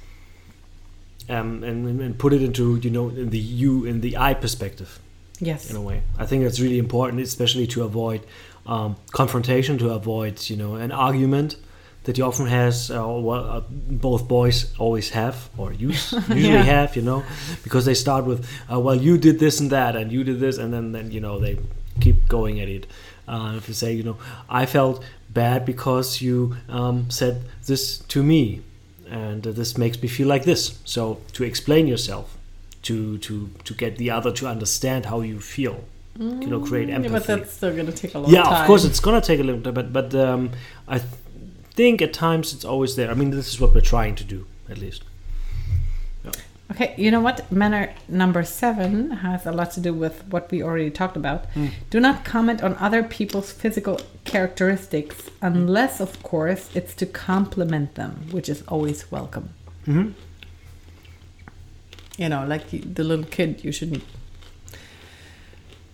[SPEAKER 2] Um, and, and put it into you know in the you in the I perspective
[SPEAKER 1] yes.
[SPEAKER 2] in a way. I think that's really important, especially to avoid um, confrontation, to avoid you know an argument that you often has, uh, well, uh, both boys always have or use usually
[SPEAKER 1] Yeah.
[SPEAKER 2] have, you know, because they start with, uh, well, you did this and that, and you did this, and then then you know they keep going at it. Uh, if you say, you know, I felt bad because you um, said this to me, and uh, this makes me feel like this. So to explain yourself, to to to get the other to understand how you feel, you know, create
[SPEAKER 1] Mm, Yeah, but
[SPEAKER 2] empathy.
[SPEAKER 1] that's still going to take a long
[SPEAKER 2] Yeah,
[SPEAKER 1] time.
[SPEAKER 2] of course, it's gonna take a little bit, but but um, I th- think at times it's always there. I mean, this is what we're trying to do, at least.
[SPEAKER 1] Okay, you know what? Manner number seven has a lot to do with what we already talked about. Do not comment on other people's physical characteristics unless, of course, it's to compliment them, which is always welcome.
[SPEAKER 2] Mm-hmm.
[SPEAKER 1] You know, like you- the little kid, you shouldn't.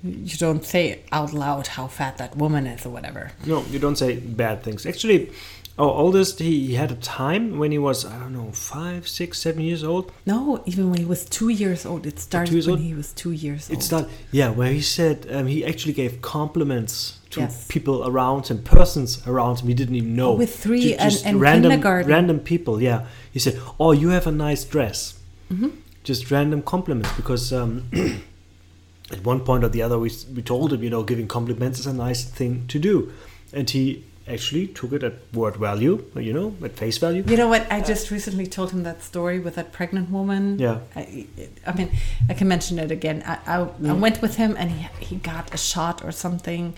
[SPEAKER 1] You don't say out loud how fat that woman is or whatever.
[SPEAKER 2] No, you don't say bad things. Actually, our oldest he, he had a time when he was I don't know five, six, seven years old.
[SPEAKER 1] No, even when he was two years old, it started
[SPEAKER 2] years
[SPEAKER 1] when
[SPEAKER 2] old?
[SPEAKER 1] he was two years old.
[SPEAKER 2] It's not yeah, where he said um, he actually gave compliments to
[SPEAKER 1] Yes. Oh,
[SPEAKER 2] people around him, persons around him he didn't even know.
[SPEAKER 1] With three
[SPEAKER 2] Ju- just
[SPEAKER 1] and- and
[SPEAKER 2] random,
[SPEAKER 1] kindergarten.
[SPEAKER 2] random people. Yeah, he said, "Oh, you have a nice dress."
[SPEAKER 1] Mm-hmm.
[SPEAKER 2] Just random compliments because um, at one point or the other we, s- we told him, you know, giving compliments is a nice thing to do, and he actually took it at word value, you know, at face value.
[SPEAKER 1] You know what? I just recently told him that story with that pregnant woman.
[SPEAKER 2] Yeah.
[SPEAKER 1] I, I mean, I can mention it again. I, I, I went with him and he, he got a shot or something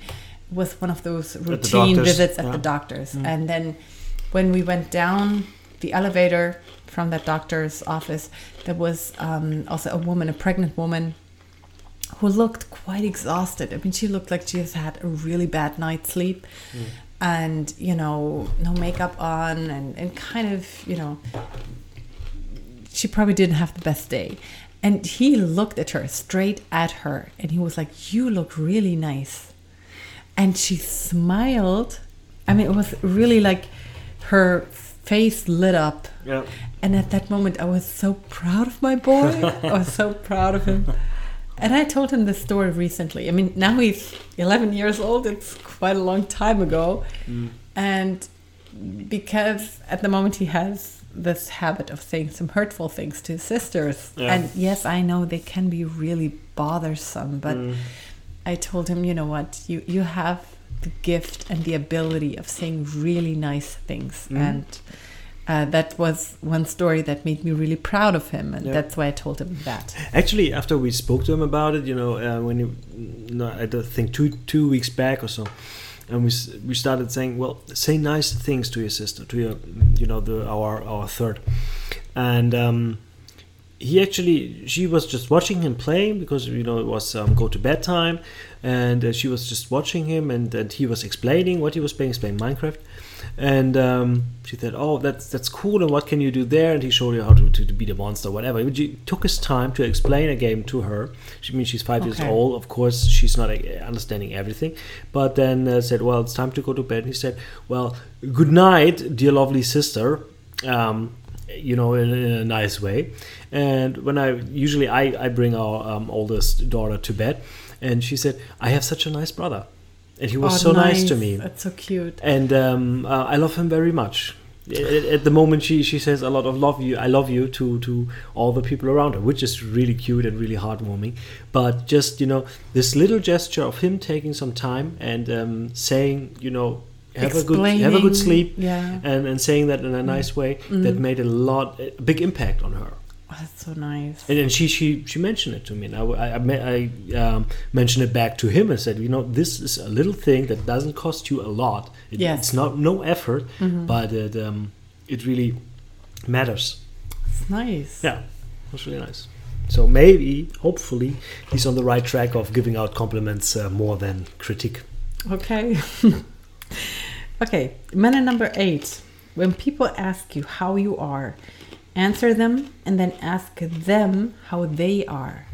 [SPEAKER 1] with one of those routine
[SPEAKER 2] doctor's,
[SPEAKER 1] visits at
[SPEAKER 2] yeah.
[SPEAKER 1] the doctor's. And then when we went down the elevator from that doctor's office, there was um, also a woman, a pregnant woman, who looked quite exhausted. I mean, she looked like she has had a really bad night's sleep and, you know, no makeup on and, and kind of, you know, she probably didn't have the best day. And he looked at her, straight at her, and he was like, You look really nice. And she smiled. I mean, it was really like her face lit up.
[SPEAKER 2] Yeah.
[SPEAKER 1] And at that moment, I was so proud of my boy. I was so proud of him. And I told him this story recently. I mean, now he's 11 years old. It's quite a long time ago. And because at the moment he has this habit of saying some hurtful things to his sisters.
[SPEAKER 2] Yeah.
[SPEAKER 1] And yes, I know they can be really bothersome, but I told him, you know what, you, you have the gift and the ability of saying really nice things. And uh, that was one story that made me really proud of him. And
[SPEAKER 2] Yeah.
[SPEAKER 1] that's why I told him that.
[SPEAKER 2] Actually, after we spoke to him about it, you know, uh, when you, no, I don't think two two weeks back or so, and we s- we started saying, well, say nice things to your sister, to your, you know, the our our third, and um, he actually she was just watching him play because you know it was um, go to bed time, and uh, she was just watching him, and, and he was explaining what he was playing, he's playing Minecraft. And um, she said, "Oh, that's that's cool. And what can you do there?" And he showed her how to, to, to beat a monster, whatever. He took his time to explain a game to her. She I mean she's five years
[SPEAKER 1] Okay.
[SPEAKER 2] old. Of course, she's not uh, understanding everything. But then uh, said, "Well, it's time to go to bed." And he said, "Well, good night, dear lovely sister." Um, you know, in, in a nice way. And when I usually I, I bring our um, oldest daughter to bed, and she said, "I have such a nice brother," and he was so
[SPEAKER 1] Oh,
[SPEAKER 2] nice to me
[SPEAKER 1] That's so cute.
[SPEAKER 2] and um, uh, I love him very much. At, at the moment, she, she says a lot of love you, I love you to, to all the people around her, which is really cute and really heartwarming. But just you know, this little gesture of him taking some time and um, saying, you know, have a good have a
[SPEAKER 1] Explaining, Mm.
[SPEAKER 2] good sleep,
[SPEAKER 1] Yeah.
[SPEAKER 2] and, and saying that in a nice way, that made a lot a big impact on her.
[SPEAKER 1] Oh, that's so nice.
[SPEAKER 2] And, and she, she she mentioned it to me, and I I, I me- I, um, mentioned it back to him and said, you know, this is a little thing that doesn't cost you a lot. It,
[SPEAKER 1] Yes. Mm-hmm.
[SPEAKER 2] It's not no effort, but it um, it really matters.
[SPEAKER 1] It's nice.
[SPEAKER 2] Yeah, it was really nice. So maybe, hopefully, he's on the right track of giving out compliments uh, more than critique.
[SPEAKER 1] Okay. okay. Manner number eight. When people ask you how you are, answer them and then ask them how they are.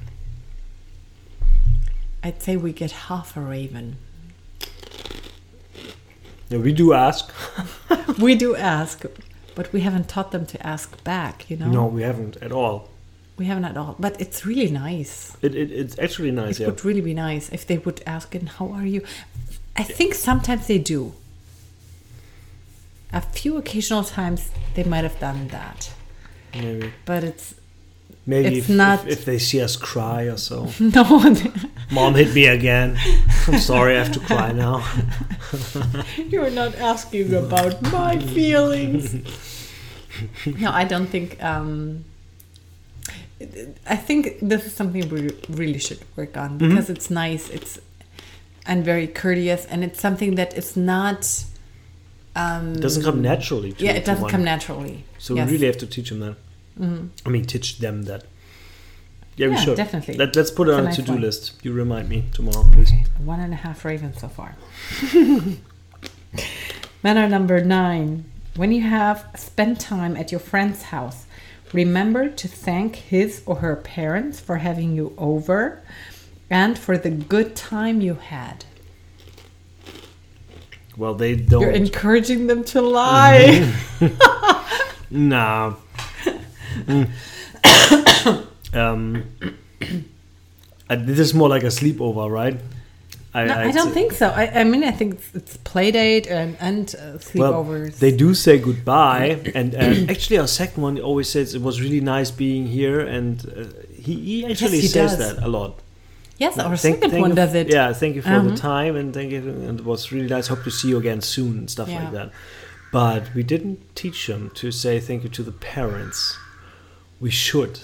[SPEAKER 1] I'd say we get half a raven.
[SPEAKER 2] Yeah, we do ask.
[SPEAKER 1] we do ask, but we haven't taught them to ask back, you know?
[SPEAKER 2] No, we haven't at all.
[SPEAKER 1] We haven't at all. But it's really nice.
[SPEAKER 2] It, it, it's actually nice.
[SPEAKER 1] It
[SPEAKER 2] Yeah.
[SPEAKER 1] would really be nice if they would ask, and how are you? I think sometimes they do. A few occasional times they might have done that.
[SPEAKER 2] Maybe
[SPEAKER 1] but it's
[SPEAKER 2] maybe
[SPEAKER 1] It's
[SPEAKER 2] if,
[SPEAKER 1] not-
[SPEAKER 2] if, if they see us cry or so.
[SPEAKER 1] no
[SPEAKER 2] Mom hit me again. I'm sorry, I have to cry now.
[SPEAKER 1] you're not asking about my feelings no i don't think um i think this is something we really should work on
[SPEAKER 2] Mm-hmm.
[SPEAKER 1] because it's nice it's and very courteous and it's something that is not um
[SPEAKER 2] It doesn't come naturally to
[SPEAKER 1] yeah it
[SPEAKER 2] to
[SPEAKER 1] doesn't
[SPEAKER 2] one.
[SPEAKER 1] come naturally Yes.
[SPEAKER 2] So
[SPEAKER 1] Mm-hmm.
[SPEAKER 2] we really have to teach them that. I mean, teach them that. Yeah, we
[SPEAKER 1] Yeah,
[SPEAKER 2] should.
[SPEAKER 1] definitely.
[SPEAKER 2] Let, let's put it
[SPEAKER 1] That's a
[SPEAKER 2] on a
[SPEAKER 1] nice
[SPEAKER 2] to-do
[SPEAKER 1] one.
[SPEAKER 2] list. You remind me tomorrow, please.
[SPEAKER 1] Okay, one and a half ravens so far. Manner number nine. When you have spent time at your friend's house, remember to thank his or her parents for having you over and for the good time you had.
[SPEAKER 2] Well, they don't. Mm-hmm.
[SPEAKER 1] You're encouraging them to lie.
[SPEAKER 2] No. Mm. um, I- this is more like a sleepover, right?
[SPEAKER 1] No, I
[SPEAKER 2] I'd
[SPEAKER 1] don't
[SPEAKER 2] say-
[SPEAKER 1] think so. I, I mean, I think it's, it's play date and, and uh,
[SPEAKER 2] Well,
[SPEAKER 1] sleepovers.
[SPEAKER 2] they do say goodbye, and uh, actually, our second one always says it was really nice being here, and uh, he, he actually
[SPEAKER 1] he
[SPEAKER 2] says
[SPEAKER 1] does.
[SPEAKER 2] that a lot.
[SPEAKER 1] yes, our
[SPEAKER 2] Thank-
[SPEAKER 1] second
[SPEAKER 2] thank
[SPEAKER 1] one
[SPEAKER 2] you
[SPEAKER 1] does
[SPEAKER 2] f-
[SPEAKER 1] it.
[SPEAKER 2] Yeah, thank you for
[SPEAKER 1] Uh-huh.
[SPEAKER 2] the time, and thank you, and it was really nice. Hope to see you again soon, and stuff like
[SPEAKER 1] Yeah.
[SPEAKER 2] that. But we didn't teach them to say thank you to the parents. We should,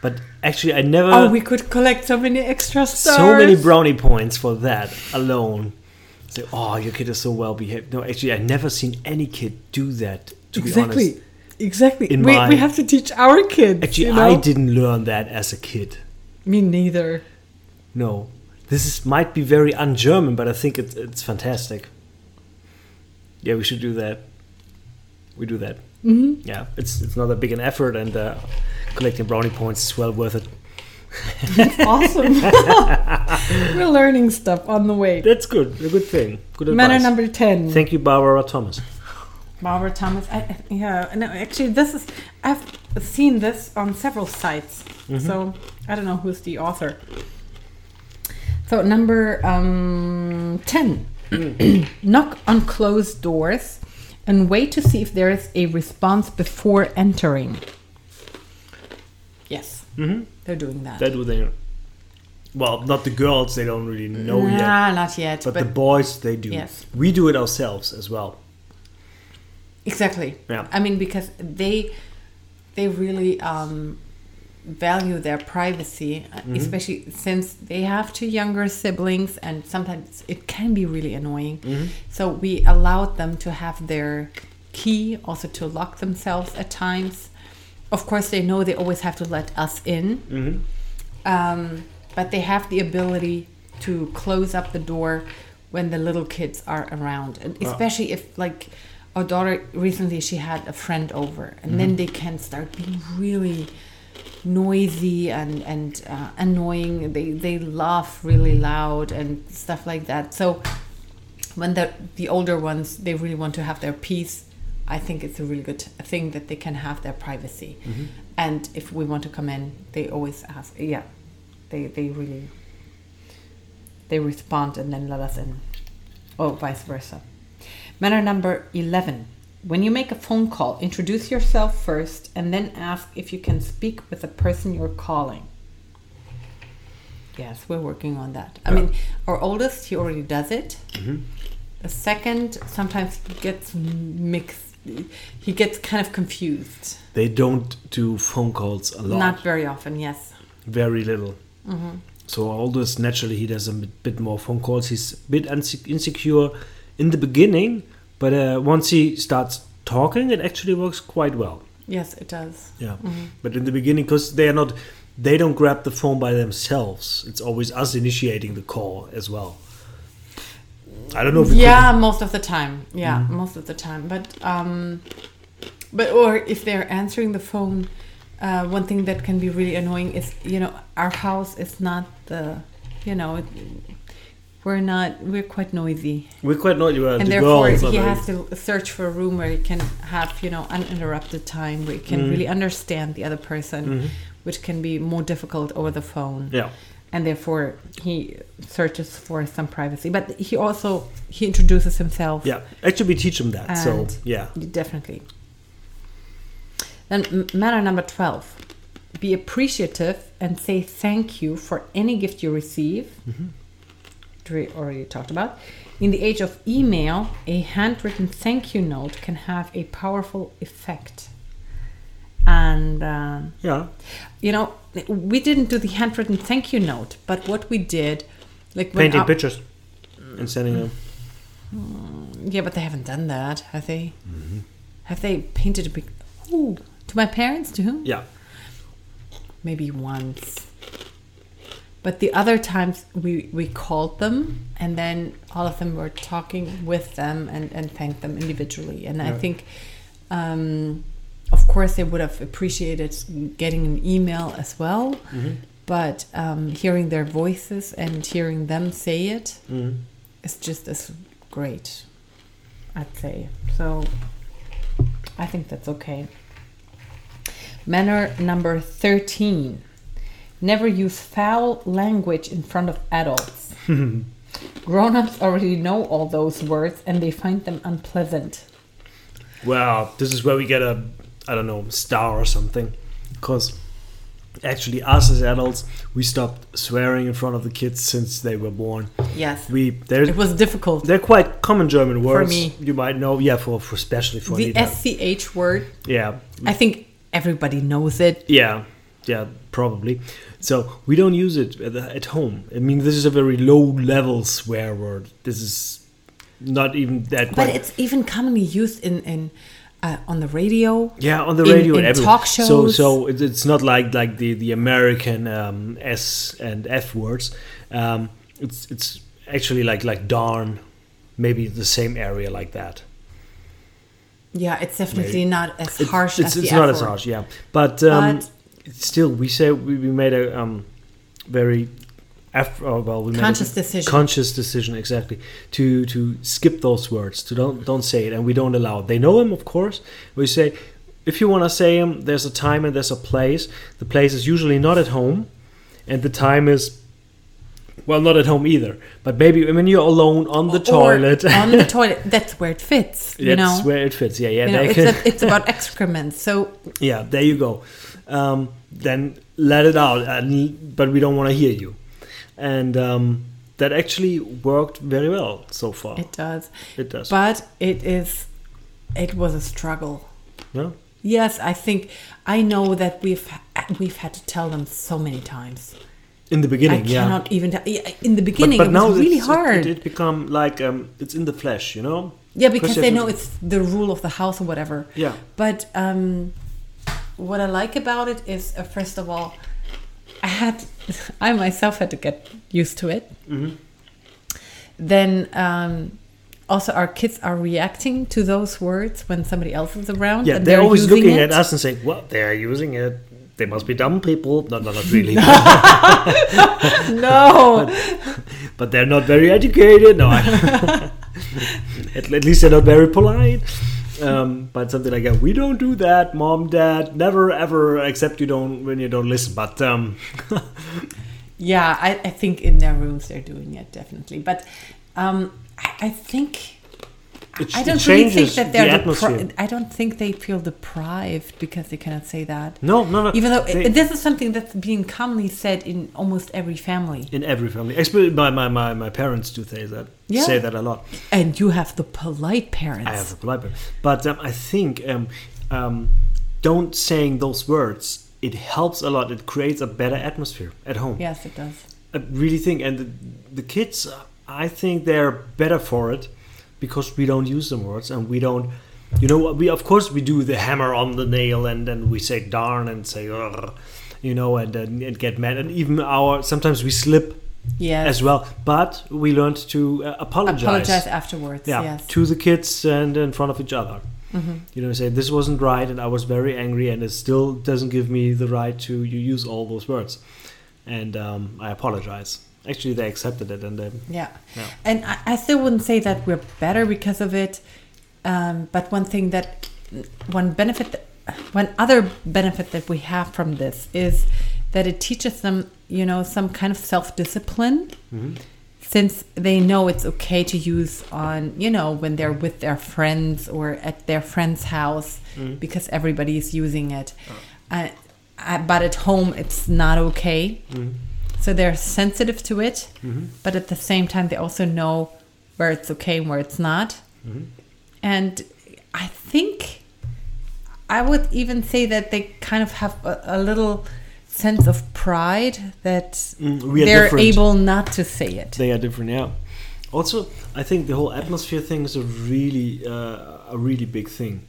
[SPEAKER 2] but actually, I never.
[SPEAKER 1] oh, we could collect so many extra stars.
[SPEAKER 2] so many brownie points for that alone. Say, oh, your kid is so well behaved. No, actually, I've never seen any kid do that. To be
[SPEAKER 1] exactly
[SPEAKER 2] honest.
[SPEAKER 1] exactly
[SPEAKER 2] in
[SPEAKER 1] we,
[SPEAKER 2] my-
[SPEAKER 1] we have to teach our kids
[SPEAKER 2] Actually,
[SPEAKER 1] you know?
[SPEAKER 2] I didn't learn that as a kid.
[SPEAKER 1] me neither
[SPEAKER 2] No, this is, might be very un-German, but I think it's it's fantastic. Yeah, we should do that. We do that. Mm-hmm. Yeah, it's it's not that big an effort, and uh, Collecting brownie points is well worth it.
[SPEAKER 1] Awesome. We're learning stuff on the way.
[SPEAKER 2] That's good. A good thing. Good advice.
[SPEAKER 1] Manner number 10.
[SPEAKER 2] Thank you, Barbara Thomas.
[SPEAKER 1] Barbara Thomas. I, I- yeah, no, actually, this is. I've seen this on several sites.
[SPEAKER 2] Mm-hmm.
[SPEAKER 1] So I don't know who's the author. So, number um, 10 knock on closed doors and wait to see if there is a response before entering. Yes,
[SPEAKER 2] Mm-hmm.
[SPEAKER 1] they're doing that.
[SPEAKER 2] That would they. Well, not the girls. They don't really know yet.
[SPEAKER 1] nah, not yet.
[SPEAKER 2] But,
[SPEAKER 1] But,
[SPEAKER 2] the boys, they do.
[SPEAKER 1] Yes.
[SPEAKER 2] We do it ourselves as well.
[SPEAKER 1] exactly.
[SPEAKER 2] Yeah.
[SPEAKER 1] I mean, because they they really um, value their privacy, uh especially since they have two younger siblings, and sometimes it can be really annoying. So we allowed them to have their key, also to lock themselves at times. Of course, they know they always have to let us in, um, but they have the ability to close up the door when the little kids are around, and especially if like our daughter recently she had a friend over, and then they can start being really noisy and and uh, annoying. They they laugh really loud and stuff like that. So when the the older ones they really want to have their peace i think it's a really good thing that they can have their privacy and if we want to come in they always ask yeah they they really they respond and then let us in or vice versa manner number 11 when you make a phone call introduce yourself first and then ask if you can speak with the person you're calling yes we're working on that i mean our oldest he already does it the second sometimes he gets mixed. He gets kind of confused.
[SPEAKER 2] They don't do phone calls a lot.
[SPEAKER 1] Not Mm-hmm. very often, yes.
[SPEAKER 2] very little. So Aldous naturally he does a bit bit more phone calls. He's a bit unse- insecure in the beginning, but uh, once he starts talking, it actually works quite well.
[SPEAKER 1] Yes, it does.
[SPEAKER 2] Yeah, but in the beginning, because they are not, they don't grab the phone by themselves. It's always us initiating the call as well. I don't know. if it
[SPEAKER 1] Yeah, most of the time. Mm-hmm. Yeah, most of the time. But um, but or if they're answering the phone, uh, one thing that can be really annoying is you know our house is not the you know it, we're not we're quite noisy
[SPEAKER 2] could- we're quite noisy. Well,
[SPEAKER 1] and
[SPEAKER 2] the
[SPEAKER 1] therefore
[SPEAKER 2] girls are
[SPEAKER 1] he
[SPEAKER 2] very-
[SPEAKER 1] has to search for a room where he can have you know uninterrupted time where he can
[SPEAKER 2] Mm-hmm.
[SPEAKER 1] really understand the other person which can be more difficult over the phone
[SPEAKER 2] yeah,
[SPEAKER 1] and therefore he searches for some privacy but he also he introduces himself
[SPEAKER 2] yeah. Actually, we teach them that. so
[SPEAKER 1] And-
[SPEAKER 2] yeah,
[SPEAKER 1] definitely then m- manner number 12 be appreciative and say thank you for any gift you receive which we already talked about. In the age of email, a handwritten thank you note can have a powerful effect. And, um,
[SPEAKER 2] yeah.
[SPEAKER 1] you know, we didn't do the handwritten thank you note, but what we did, like when Mm-hmm.
[SPEAKER 2] Painting
[SPEAKER 1] our-
[SPEAKER 2] pictures and sending them.
[SPEAKER 1] Yeah, but they haven't done that, have they? Have they painted a big. Ooh, to my parents, to whom?
[SPEAKER 2] Yeah,
[SPEAKER 1] maybe once. But the other times we, we called them and then all of them were talking with them and, and thanked them individually. And I
[SPEAKER 2] Yeah.
[SPEAKER 1] think, um, of course, they would have appreciated getting an email as well. But um, hearing their voices and hearing them say it is just as great, I'd say. So I think that's okay. Manner number 13. Never use foul language in front of adults. Grown ups already know all those words and they find them unpleasant.
[SPEAKER 2] Well, this is where we get a, I don't know, star or something. Because actually, us as adults, we stopped swearing in front of the kids since they were born.
[SPEAKER 1] Yes.
[SPEAKER 2] We
[SPEAKER 1] It
[SPEAKER 2] they're,
[SPEAKER 1] was difficult.
[SPEAKER 2] they're quite common German words.
[SPEAKER 1] me.
[SPEAKER 2] You might know, yeah, for, for especially for
[SPEAKER 1] The
[SPEAKER 2] Anita.
[SPEAKER 1] SCH word,
[SPEAKER 2] yeah,
[SPEAKER 1] I think everybody knows it.
[SPEAKER 2] yeah, yeah, probably. So we don't use it at, the- at home. I mean, this is a very low level swear word. This is not even that.
[SPEAKER 1] But
[SPEAKER 2] quite-
[SPEAKER 1] it's even commonly used in, in uh, on the radio.
[SPEAKER 2] Yeah, on the
[SPEAKER 1] in-
[SPEAKER 2] radio
[SPEAKER 1] in
[SPEAKER 2] and everywhere.
[SPEAKER 1] talk
[SPEAKER 2] So,
[SPEAKER 1] shows.
[SPEAKER 2] so it, it's not like like the the American um, S and F words. Um, it's it's actually like like darn, maybe the same area like that.
[SPEAKER 1] Yeah, it's definitely
[SPEAKER 2] Maybe.
[SPEAKER 1] not as
[SPEAKER 2] It's-
[SPEAKER 1] harsh
[SPEAKER 2] It's,
[SPEAKER 1] as
[SPEAKER 2] it's
[SPEAKER 1] the
[SPEAKER 2] not
[SPEAKER 1] F
[SPEAKER 2] as
[SPEAKER 1] word.
[SPEAKER 2] harsh, yeah. But um,
[SPEAKER 1] but
[SPEAKER 2] still we say we, we made a um, very af- uh, well we made a
[SPEAKER 1] Conscious decision.
[SPEAKER 2] conscious decision exactly to to skip those words to don't don't say it and we don't allow it they know him of course we say if you want to say him there's a time and there's a place the place is usually not at home and the time is well not at home either but maybe when you're alone on the
[SPEAKER 1] Or
[SPEAKER 2] toilet
[SPEAKER 1] on the toilet. That's where it fits. You
[SPEAKER 2] that's
[SPEAKER 1] know.
[SPEAKER 2] where it fits yeah yeah
[SPEAKER 1] you know,
[SPEAKER 2] they
[SPEAKER 1] it's,
[SPEAKER 2] can-
[SPEAKER 1] a, it's about excrement. So
[SPEAKER 2] yeah, there you go. Um, then let it out, and, but we don't want to hear you. And um, that actually worked very well so far. It,
[SPEAKER 1] it does.
[SPEAKER 2] does.
[SPEAKER 1] But it is, it was a struggle.
[SPEAKER 2] no?
[SPEAKER 1] Yes, I think I know that we've we've had to tell them so many times.
[SPEAKER 2] In the
[SPEAKER 1] I
[SPEAKER 2] beginning, yeah.
[SPEAKER 1] cannot even tell. yeah, in the beginning
[SPEAKER 2] but
[SPEAKER 1] it
[SPEAKER 2] now
[SPEAKER 1] was really
[SPEAKER 2] it's, it-
[SPEAKER 1] hard.
[SPEAKER 2] It, it become like um, it's in the flesh, you know.
[SPEAKER 1] yeah, because
[SPEAKER 2] you
[SPEAKER 1] they
[SPEAKER 2] have to-
[SPEAKER 1] know it's the rule of the house or whatever.
[SPEAKER 2] Yeah.
[SPEAKER 1] But um, what I like about it is, uh, first of all, I had, I myself had to get used to it.
[SPEAKER 2] Mm-hmm.
[SPEAKER 1] Then um, also, our kids are reacting to those words when somebody else is around.
[SPEAKER 2] Yeah,
[SPEAKER 1] and
[SPEAKER 2] they're, always
[SPEAKER 1] using
[SPEAKER 2] looking
[SPEAKER 1] it.
[SPEAKER 2] at us and saying, "Well, they're using it. They must be dumb people." No, no, not really.
[SPEAKER 1] No,
[SPEAKER 2] but they're not very educated. No, I- at, at least they're not very polite. Um, but something like that. We don't do that, mom, dad, never ever. Except you don't when you don't listen. But um,
[SPEAKER 1] yeah, I, I think in their rooms they're doing it definitely. But um, I, I think
[SPEAKER 2] it,
[SPEAKER 1] I
[SPEAKER 2] it
[SPEAKER 1] don't really think
[SPEAKER 2] changes
[SPEAKER 1] that they're
[SPEAKER 2] the
[SPEAKER 1] depri-
[SPEAKER 2] atmosphere.
[SPEAKER 1] I don't think they feel deprived because they cannot say that.
[SPEAKER 2] no, no, no.
[SPEAKER 1] Even though
[SPEAKER 2] They-
[SPEAKER 1] this is something that's being commonly said in almost every family.
[SPEAKER 2] in every family, especially my, my, my, my parents do say that.
[SPEAKER 1] Yeah.
[SPEAKER 2] Say that a lot.
[SPEAKER 1] And you have the polite parents.
[SPEAKER 2] I have a polite parent. But um, I think um, um, don't saying those words. It helps a lot. It creates a better atmosphere at home.
[SPEAKER 1] Yes, it does.
[SPEAKER 2] I really think, and the, the kids, I think they're better for it because we don't use the words and we don't, you know, what we of course we do the hammer on the nail and then we say darn and say, "Urgh," you know, and, and and get mad and even our sometimes we slip
[SPEAKER 1] Yes.
[SPEAKER 2] as well, but we learned to uh, apologize.
[SPEAKER 1] Apologize afterwards.
[SPEAKER 2] Yeah,
[SPEAKER 1] Yes.
[SPEAKER 2] to the kids and in front of each other. You know, say this wasn't right, and I was very angry, and it still doesn't give me the right to you use all those words, and um, I apologize. Actually, they accepted it, and they,
[SPEAKER 1] Yeah.
[SPEAKER 2] Yeah.
[SPEAKER 1] And I, I still wouldn't say that we're better because of it. Um, but one thing that, one benefit, that, one other benefit that we have from this is that it teaches them, you know, some kind of self discipline. Since they know it's okay to use on, you know, when they're with their friends or at their friend's house
[SPEAKER 2] Mm.
[SPEAKER 1] because everybody is using it.
[SPEAKER 2] Oh.
[SPEAKER 1] Uh, uh, but at home, it's not okay.
[SPEAKER 2] Mm.
[SPEAKER 1] So they're sensitive to it,
[SPEAKER 2] Mm-hmm.
[SPEAKER 1] but at the same time, they also know where it's okay and where it's not.
[SPEAKER 2] Mm-hmm.
[SPEAKER 1] And I think I would even say that they kind of have a, a little sense of pride that
[SPEAKER 2] Mm, we are
[SPEAKER 1] they're
[SPEAKER 2] different.
[SPEAKER 1] able not to say it.
[SPEAKER 2] they are different. Yeah. Also, I think the whole atmosphere thing is a really uh, a really big thing,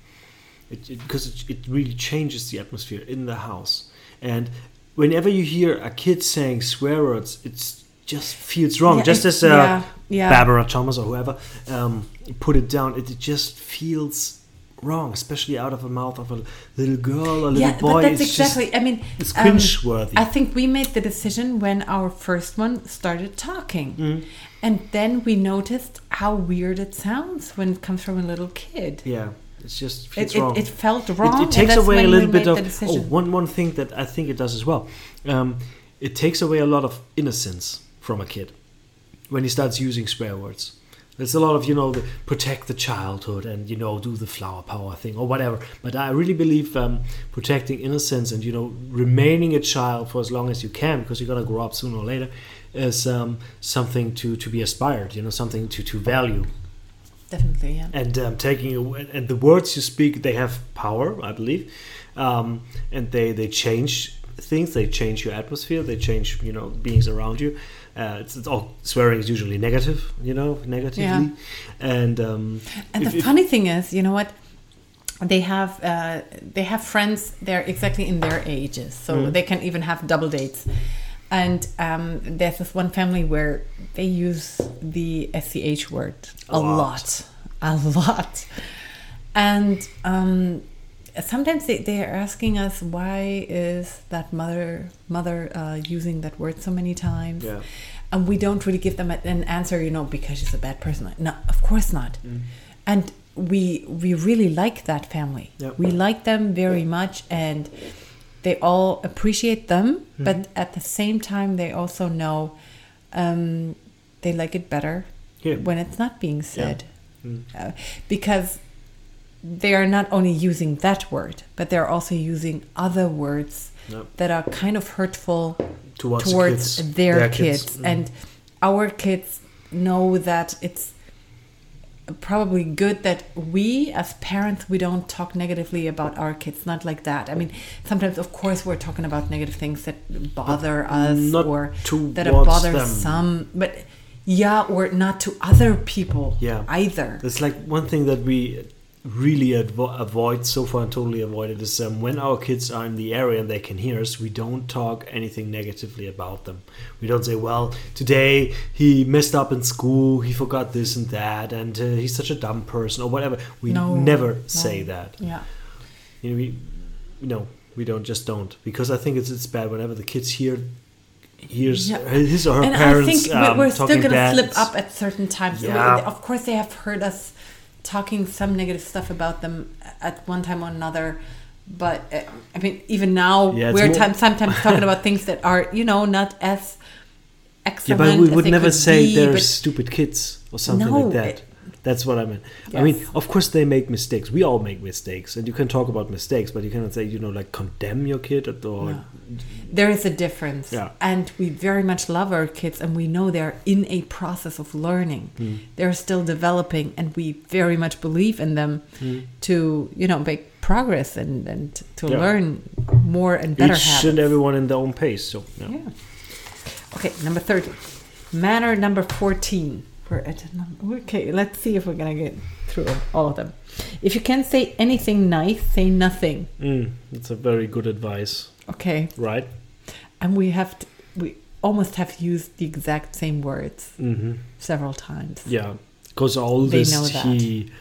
[SPEAKER 2] because it, because it, it really changes the atmosphere in the house. And whenever you hear a kid saying swear words, it's just feels wrong.
[SPEAKER 1] Yeah,
[SPEAKER 2] just
[SPEAKER 1] it-
[SPEAKER 2] as uh,
[SPEAKER 1] yeah, yeah.
[SPEAKER 2] Barbara Thomas or whoever um, put it down. It, it just feels wrong, especially out of the mouth of a little girl, a little
[SPEAKER 1] yeah, but
[SPEAKER 2] boy.
[SPEAKER 1] that's
[SPEAKER 2] it's
[SPEAKER 1] exactly. I mean,
[SPEAKER 2] Just, it's
[SPEAKER 1] um,
[SPEAKER 2] cringe-worthy.
[SPEAKER 1] I think we made the decision when our first one started talking.
[SPEAKER 2] Mm.
[SPEAKER 1] And then we noticed how weird it sounds when it comes from a little kid.
[SPEAKER 2] yeah, it's just feels
[SPEAKER 1] It, it,
[SPEAKER 2] wrong.
[SPEAKER 1] it felt
[SPEAKER 2] It-
[SPEAKER 1] wrong.
[SPEAKER 2] It,
[SPEAKER 1] and
[SPEAKER 2] takes
[SPEAKER 1] that's
[SPEAKER 2] away
[SPEAKER 1] when
[SPEAKER 2] a
[SPEAKER 1] we
[SPEAKER 2] little bit
[SPEAKER 1] made
[SPEAKER 2] of
[SPEAKER 1] the
[SPEAKER 2] oh,
[SPEAKER 1] decision.
[SPEAKER 2] one one thing that I think it does as well. Um, it takes away a lot of innocence from a kid when he starts using swear words. There's a lot of you know the, protect the childhood and you know do the flower power thing or whatever. But I really believe um, protecting innocence and you know remaining a child for as long as you can because you're gonna grow up sooner or later is um, something to to be aspired. You know something to to value
[SPEAKER 1] Definitely, yeah.
[SPEAKER 2] and um, taking away, and the words you speak they have power i believe um, and they they change things they change your atmosphere they change you know beings around you uh, it's, it's all swearing is usually negative you know negatively
[SPEAKER 1] Yeah.
[SPEAKER 2] and um
[SPEAKER 1] And
[SPEAKER 2] if-
[SPEAKER 1] the
[SPEAKER 2] if-
[SPEAKER 1] funny thing is, you know what? They have uh, they have friends. They're exactly in their ages, so they can even have double dates. And um, there's this one family where they use the sch word a,
[SPEAKER 2] A lot.
[SPEAKER 1] lot. a lot, and um, sometimes they, they are asking us why is that mother mother uh, using that word so many times
[SPEAKER 2] Yeah.
[SPEAKER 1] and we don't really give them a- an answer you know because she's a bad person no of course not
[SPEAKER 2] Mm.
[SPEAKER 1] and we we really like that family
[SPEAKER 2] Yeah.
[SPEAKER 1] we like them very much and they all appreciate them
[SPEAKER 2] Mm-hmm.
[SPEAKER 1] but at the same time they also know um, they like it better
[SPEAKER 2] Yeah. Mm.
[SPEAKER 1] when it's not being said Uh, because they are not only using that word but they're also using other words
[SPEAKER 2] Yep.
[SPEAKER 1] that are kind of hurtful
[SPEAKER 2] Towards
[SPEAKER 1] towards,
[SPEAKER 2] kids.
[SPEAKER 1] their,
[SPEAKER 2] Their
[SPEAKER 1] kids,
[SPEAKER 2] kids. Mm.
[SPEAKER 1] and our kids know that it's probably good that we as parents we don't talk negatively about our kids not like that i mean sometimes of course we're talking about negative things that bother us
[SPEAKER 2] not
[SPEAKER 1] or that
[SPEAKER 2] towards
[SPEAKER 1] bother
[SPEAKER 2] them.
[SPEAKER 1] some but yeah or not to other people
[SPEAKER 2] Yeah.
[SPEAKER 1] either
[SPEAKER 2] That's like one thing that we really advo- avoid so far and totally avoided is um, when our kids are in the area and they can hear us, we don't talk anything negatively about them. We don't say, well, today he messed up in school, he forgot this and that, and uh, he's such a dumb person or whatever. We
[SPEAKER 1] No,
[SPEAKER 2] never
[SPEAKER 1] no.
[SPEAKER 2] say that.
[SPEAKER 1] yeah
[SPEAKER 2] You know, we, no, we don't, just don't. Because I think it's, it's bad whenever the kids hear hears
[SPEAKER 1] Yeah.
[SPEAKER 2] his or her
[SPEAKER 1] and
[SPEAKER 2] parents
[SPEAKER 1] I think
[SPEAKER 2] um,
[SPEAKER 1] we're, we're still
[SPEAKER 2] talking
[SPEAKER 1] going to
[SPEAKER 2] bad.
[SPEAKER 1] slip
[SPEAKER 2] It's-
[SPEAKER 1] up at certain times. We-
[SPEAKER 2] Yeah.
[SPEAKER 1] of course, they have heard us talking some negative stuff about them at one time or another. But uh, I mean, even now,
[SPEAKER 2] Yeah, it's
[SPEAKER 1] we're
[SPEAKER 2] more-
[SPEAKER 1] time, sometimes talking about things that are, you know, not as
[SPEAKER 2] Yeah,
[SPEAKER 1] excellent.
[SPEAKER 2] but we
[SPEAKER 1] as
[SPEAKER 2] would
[SPEAKER 1] they
[SPEAKER 2] never
[SPEAKER 1] could
[SPEAKER 2] say
[SPEAKER 1] be,
[SPEAKER 2] they're
[SPEAKER 1] but
[SPEAKER 2] stupid kids or something
[SPEAKER 1] No,
[SPEAKER 2] like that.
[SPEAKER 1] it-
[SPEAKER 2] That's what I meant. I mean,
[SPEAKER 1] Yes.
[SPEAKER 2] of course they make mistakes. We all make mistakes, and you can talk about mistakes, but you cannot say you know like condemn your kid or.
[SPEAKER 1] No. there is a difference.
[SPEAKER 2] Yeah.
[SPEAKER 1] And we very much love our kids, and we know they're in a process of learning.
[SPEAKER 2] Hmm.
[SPEAKER 1] They're still developing, and we very much believe in them
[SPEAKER 2] Hmm.
[SPEAKER 1] to, you know, make progress and, and to
[SPEAKER 2] Yeah.
[SPEAKER 1] learn more and better
[SPEAKER 2] Each
[SPEAKER 1] habits.
[SPEAKER 2] and everyone in their own pace. So yeah.
[SPEAKER 1] Yeah. Okay, number 30. Manner number 14. We're at a number. Okay, let's see if we're going to get through all of them. If you can't say anything nice, say nothing.
[SPEAKER 2] Mm, that's a very good advice,
[SPEAKER 1] Okay.
[SPEAKER 2] right?
[SPEAKER 1] And we have to, we almost have used the exact same words
[SPEAKER 2] Mm-hmm.
[SPEAKER 1] several times.
[SPEAKER 2] Yeah, because all
[SPEAKER 1] They
[SPEAKER 2] this
[SPEAKER 1] know that.
[SPEAKER 2] he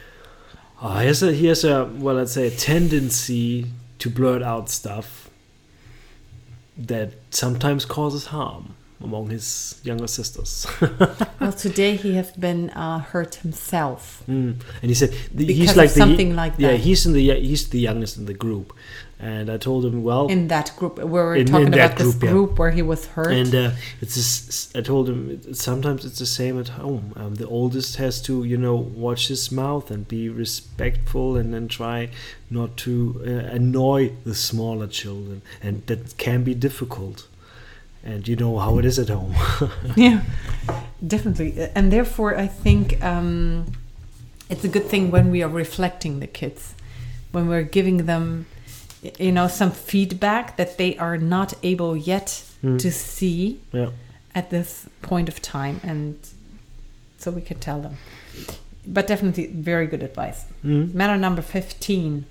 [SPEAKER 2] uh, he has a he has a well, let's say a tendency to blurt out stuff that sometimes causes harm among his younger sisters.
[SPEAKER 1] Well, today he has been uh, hurt himself.
[SPEAKER 2] Mm. And he said the,
[SPEAKER 1] Because
[SPEAKER 2] he's
[SPEAKER 1] of
[SPEAKER 2] like the,
[SPEAKER 1] something like
[SPEAKER 2] yeah
[SPEAKER 1] that.
[SPEAKER 2] he's in the he's the youngest in the group, and I told him well
[SPEAKER 1] In that group, we were
[SPEAKER 2] In-
[SPEAKER 1] talking
[SPEAKER 2] in that
[SPEAKER 1] about this
[SPEAKER 2] group, yeah.
[SPEAKER 1] group where he was hurt.
[SPEAKER 2] And uh, it's just, I told him it- sometimes it's the same at home. Um, the oldest has to, you know, watch his mouth and be respectful, and then try not to uh, annoy the smaller children, and that can be difficult. And you know how it is at home.
[SPEAKER 1] yeah definitely Uh, and therefore i think um, it's a good thing when we are reflecting the kids when we're giving them y- you know some feedback that they are not able yet
[SPEAKER 2] Hmm.
[SPEAKER 1] to see
[SPEAKER 2] yeah.
[SPEAKER 1] at this point of time and so we could tell them but definitely very good advice
[SPEAKER 2] Mhm.
[SPEAKER 1] matter number 15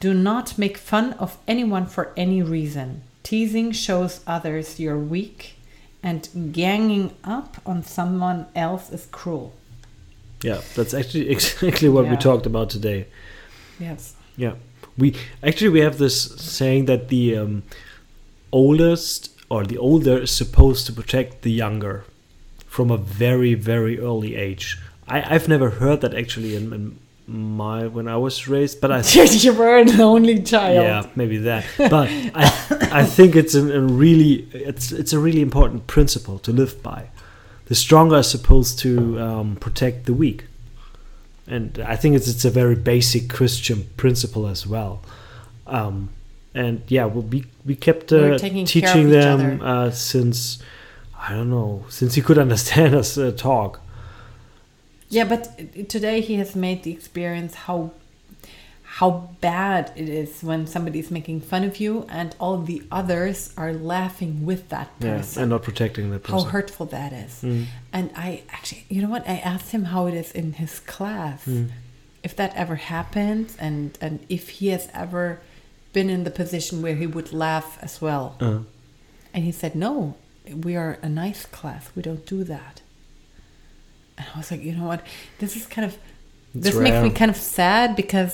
[SPEAKER 1] do not make fun of anyone for any reason teasing shows others you're weak and ganging up on someone else is cruel
[SPEAKER 2] Yeah, that's actually exactly what we
[SPEAKER 1] Yeah.
[SPEAKER 2] talked about today.
[SPEAKER 1] yes
[SPEAKER 2] Yeah, we actually we have this saying that the um, oldest or the older is supposed to protect the younger from a very very early age. I, I've never heard that actually in, in my when I was raised, but I
[SPEAKER 1] you were an only child
[SPEAKER 2] yeah maybe that. But I I think it's a, a really it's it's a really important principle to live by. The stronger is supposed to um, protect the weak, and I think it's it's a very basic Christian principle as well. Um, and yeah, well, we we kept
[SPEAKER 1] We're
[SPEAKER 2] uh,
[SPEAKER 1] taking care
[SPEAKER 2] teaching
[SPEAKER 1] of each
[SPEAKER 2] them uh, since I don't know since he could understand us uh, talk.
[SPEAKER 1] Yeah, but today he has made the experience how how bad it is when somebody is making fun of you and all the others are laughing with that
[SPEAKER 2] Yeah,
[SPEAKER 1] person.
[SPEAKER 2] and not protecting that
[SPEAKER 1] how
[SPEAKER 2] person.
[SPEAKER 1] hurtful that is. And I actually, you know what? I asked him how it is in his class, if that ever happens, and and if he has ever been in the position where he would laugh as well.
[SPEAKER 2] Uh,
[SPEAKER 1] And he said, No, we are a nice class. We don't do that. And I was like, You know what? This is kind of.
[SPEAKER 2] It's
[SPEAKER 1] this makes
[SPEAKER 2] rare.
[SPEAKER 1] me kind of sad because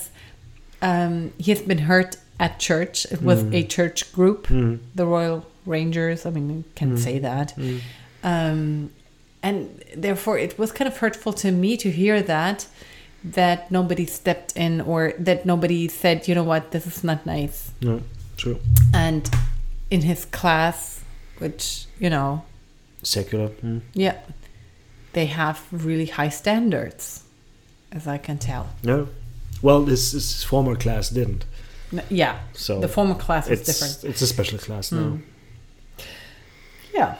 [SPEAKER 1] um, he has been hurt at church
[SPEAKER 2] Mm-hmm.
[SPEAKER 1] with a church group, the Royal Rangers. I mean, you can
[SPEAKER 2] Mm-hmm.
[SPEAKER 1] say that. Um, and therefore, it was kind of hurtful to me to hear that that nobody stepped in or that nobody said, you know what, this is not nice.
[SPEAKER 2] No, true.
[SPEAKER 1] And in his class, which you know,
[SPEAKER 2] Secular. Mm.
[SPEAKER 1] yeah, they have really high standards, as I can tell.
[SPEAKER 2] No. Well, this, this former class didn't.
[SPEAKER 1] N- Yeah,
[SPEAKER 2] So
[SPEAKER 1] the former class was
[SPEAKER 2] it's
[SPEAKER 1] different.
[SPEAKER 2] it's a special class now.
[SPEAKER 1] Yeah.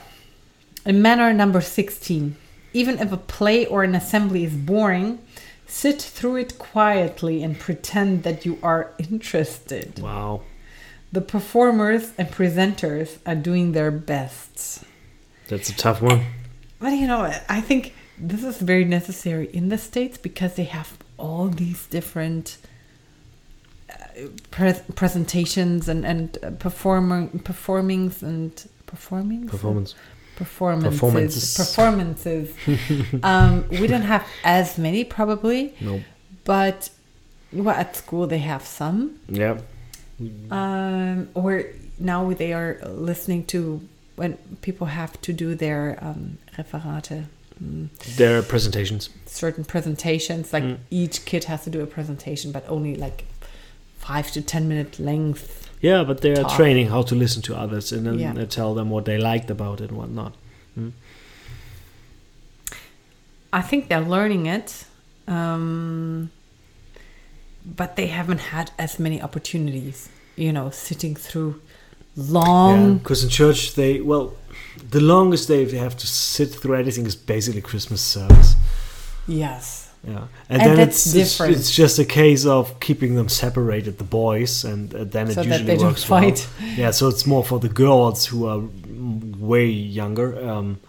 [SPEAKER 1] In manner number 16, even if a play or an assembly is boring, sit through it quietly and pretend that you are interested.
[SPEAKER 2] Wow.
[SPEAKER 1] The performers and presenters are doing their best.
[SPEAKER 2] That's a tough one.
[SPEAKER 1] But you know, I think this is very necessary in the States because they have all these different uh, pres presentations and, and uh, performer, performings and performings?
[SPEAKER 2] Performance.
[SPEAKER 1] performances
[SPEAKER 2] Performances.
[SPEAKER 1] performances um, we don't have as many probably
[SPEAKER 2] No.
[SPEAKER 1] but well, at school they have some
[SPEAKER 2] Yeah.
[SPEAKER 1] um, or now they are listening to when people have to do their um, referate mm,
[SPEAKER 2] There are presentations.
[SPEAKER 1] certain presentations
[SPEAKER 2] Mm.
[SPEAKER 1] like each kid has to do a presentation but only like five to ten minute length
[SPEAKER 2] Yeah, but they are
[SPEAKER 1] Talk.
[SPEAKER 2] training how to listen to others and then
[SPEAKER 1] Yeah.
[SPEAKER 2] they tell them what they liked about it and whatnot.
[SPEAKER 1] I think they're learning it, um, but they haven't had as many opportunities. You know, sitting through long.
[SPEAKER 2] Because in church, they, well, the longest they have to sit through anything is basically Christmas service.
[SPEAKER 1] Yes.
[SPEAKER 2] Yeah,
[SPEAKER 1] And
[SPEAKER 2] and, then
[SPEAKER 1] that's
[SPEAKER 2] it's, it's
[SPEAKER 1] different.
[SPEAKER 2] it's just a case of keeping them separated, the boys, and uh, then it
[SPEAKER 1] So that
[SPEAKER 2] usually
[SPEAKER 1] they don't
[SPEAKER 2] works well.
[SPEAKER 1] fight.
[SPEAKER 2] Yeah, so it's more for the girls who are mm, way younger. Um,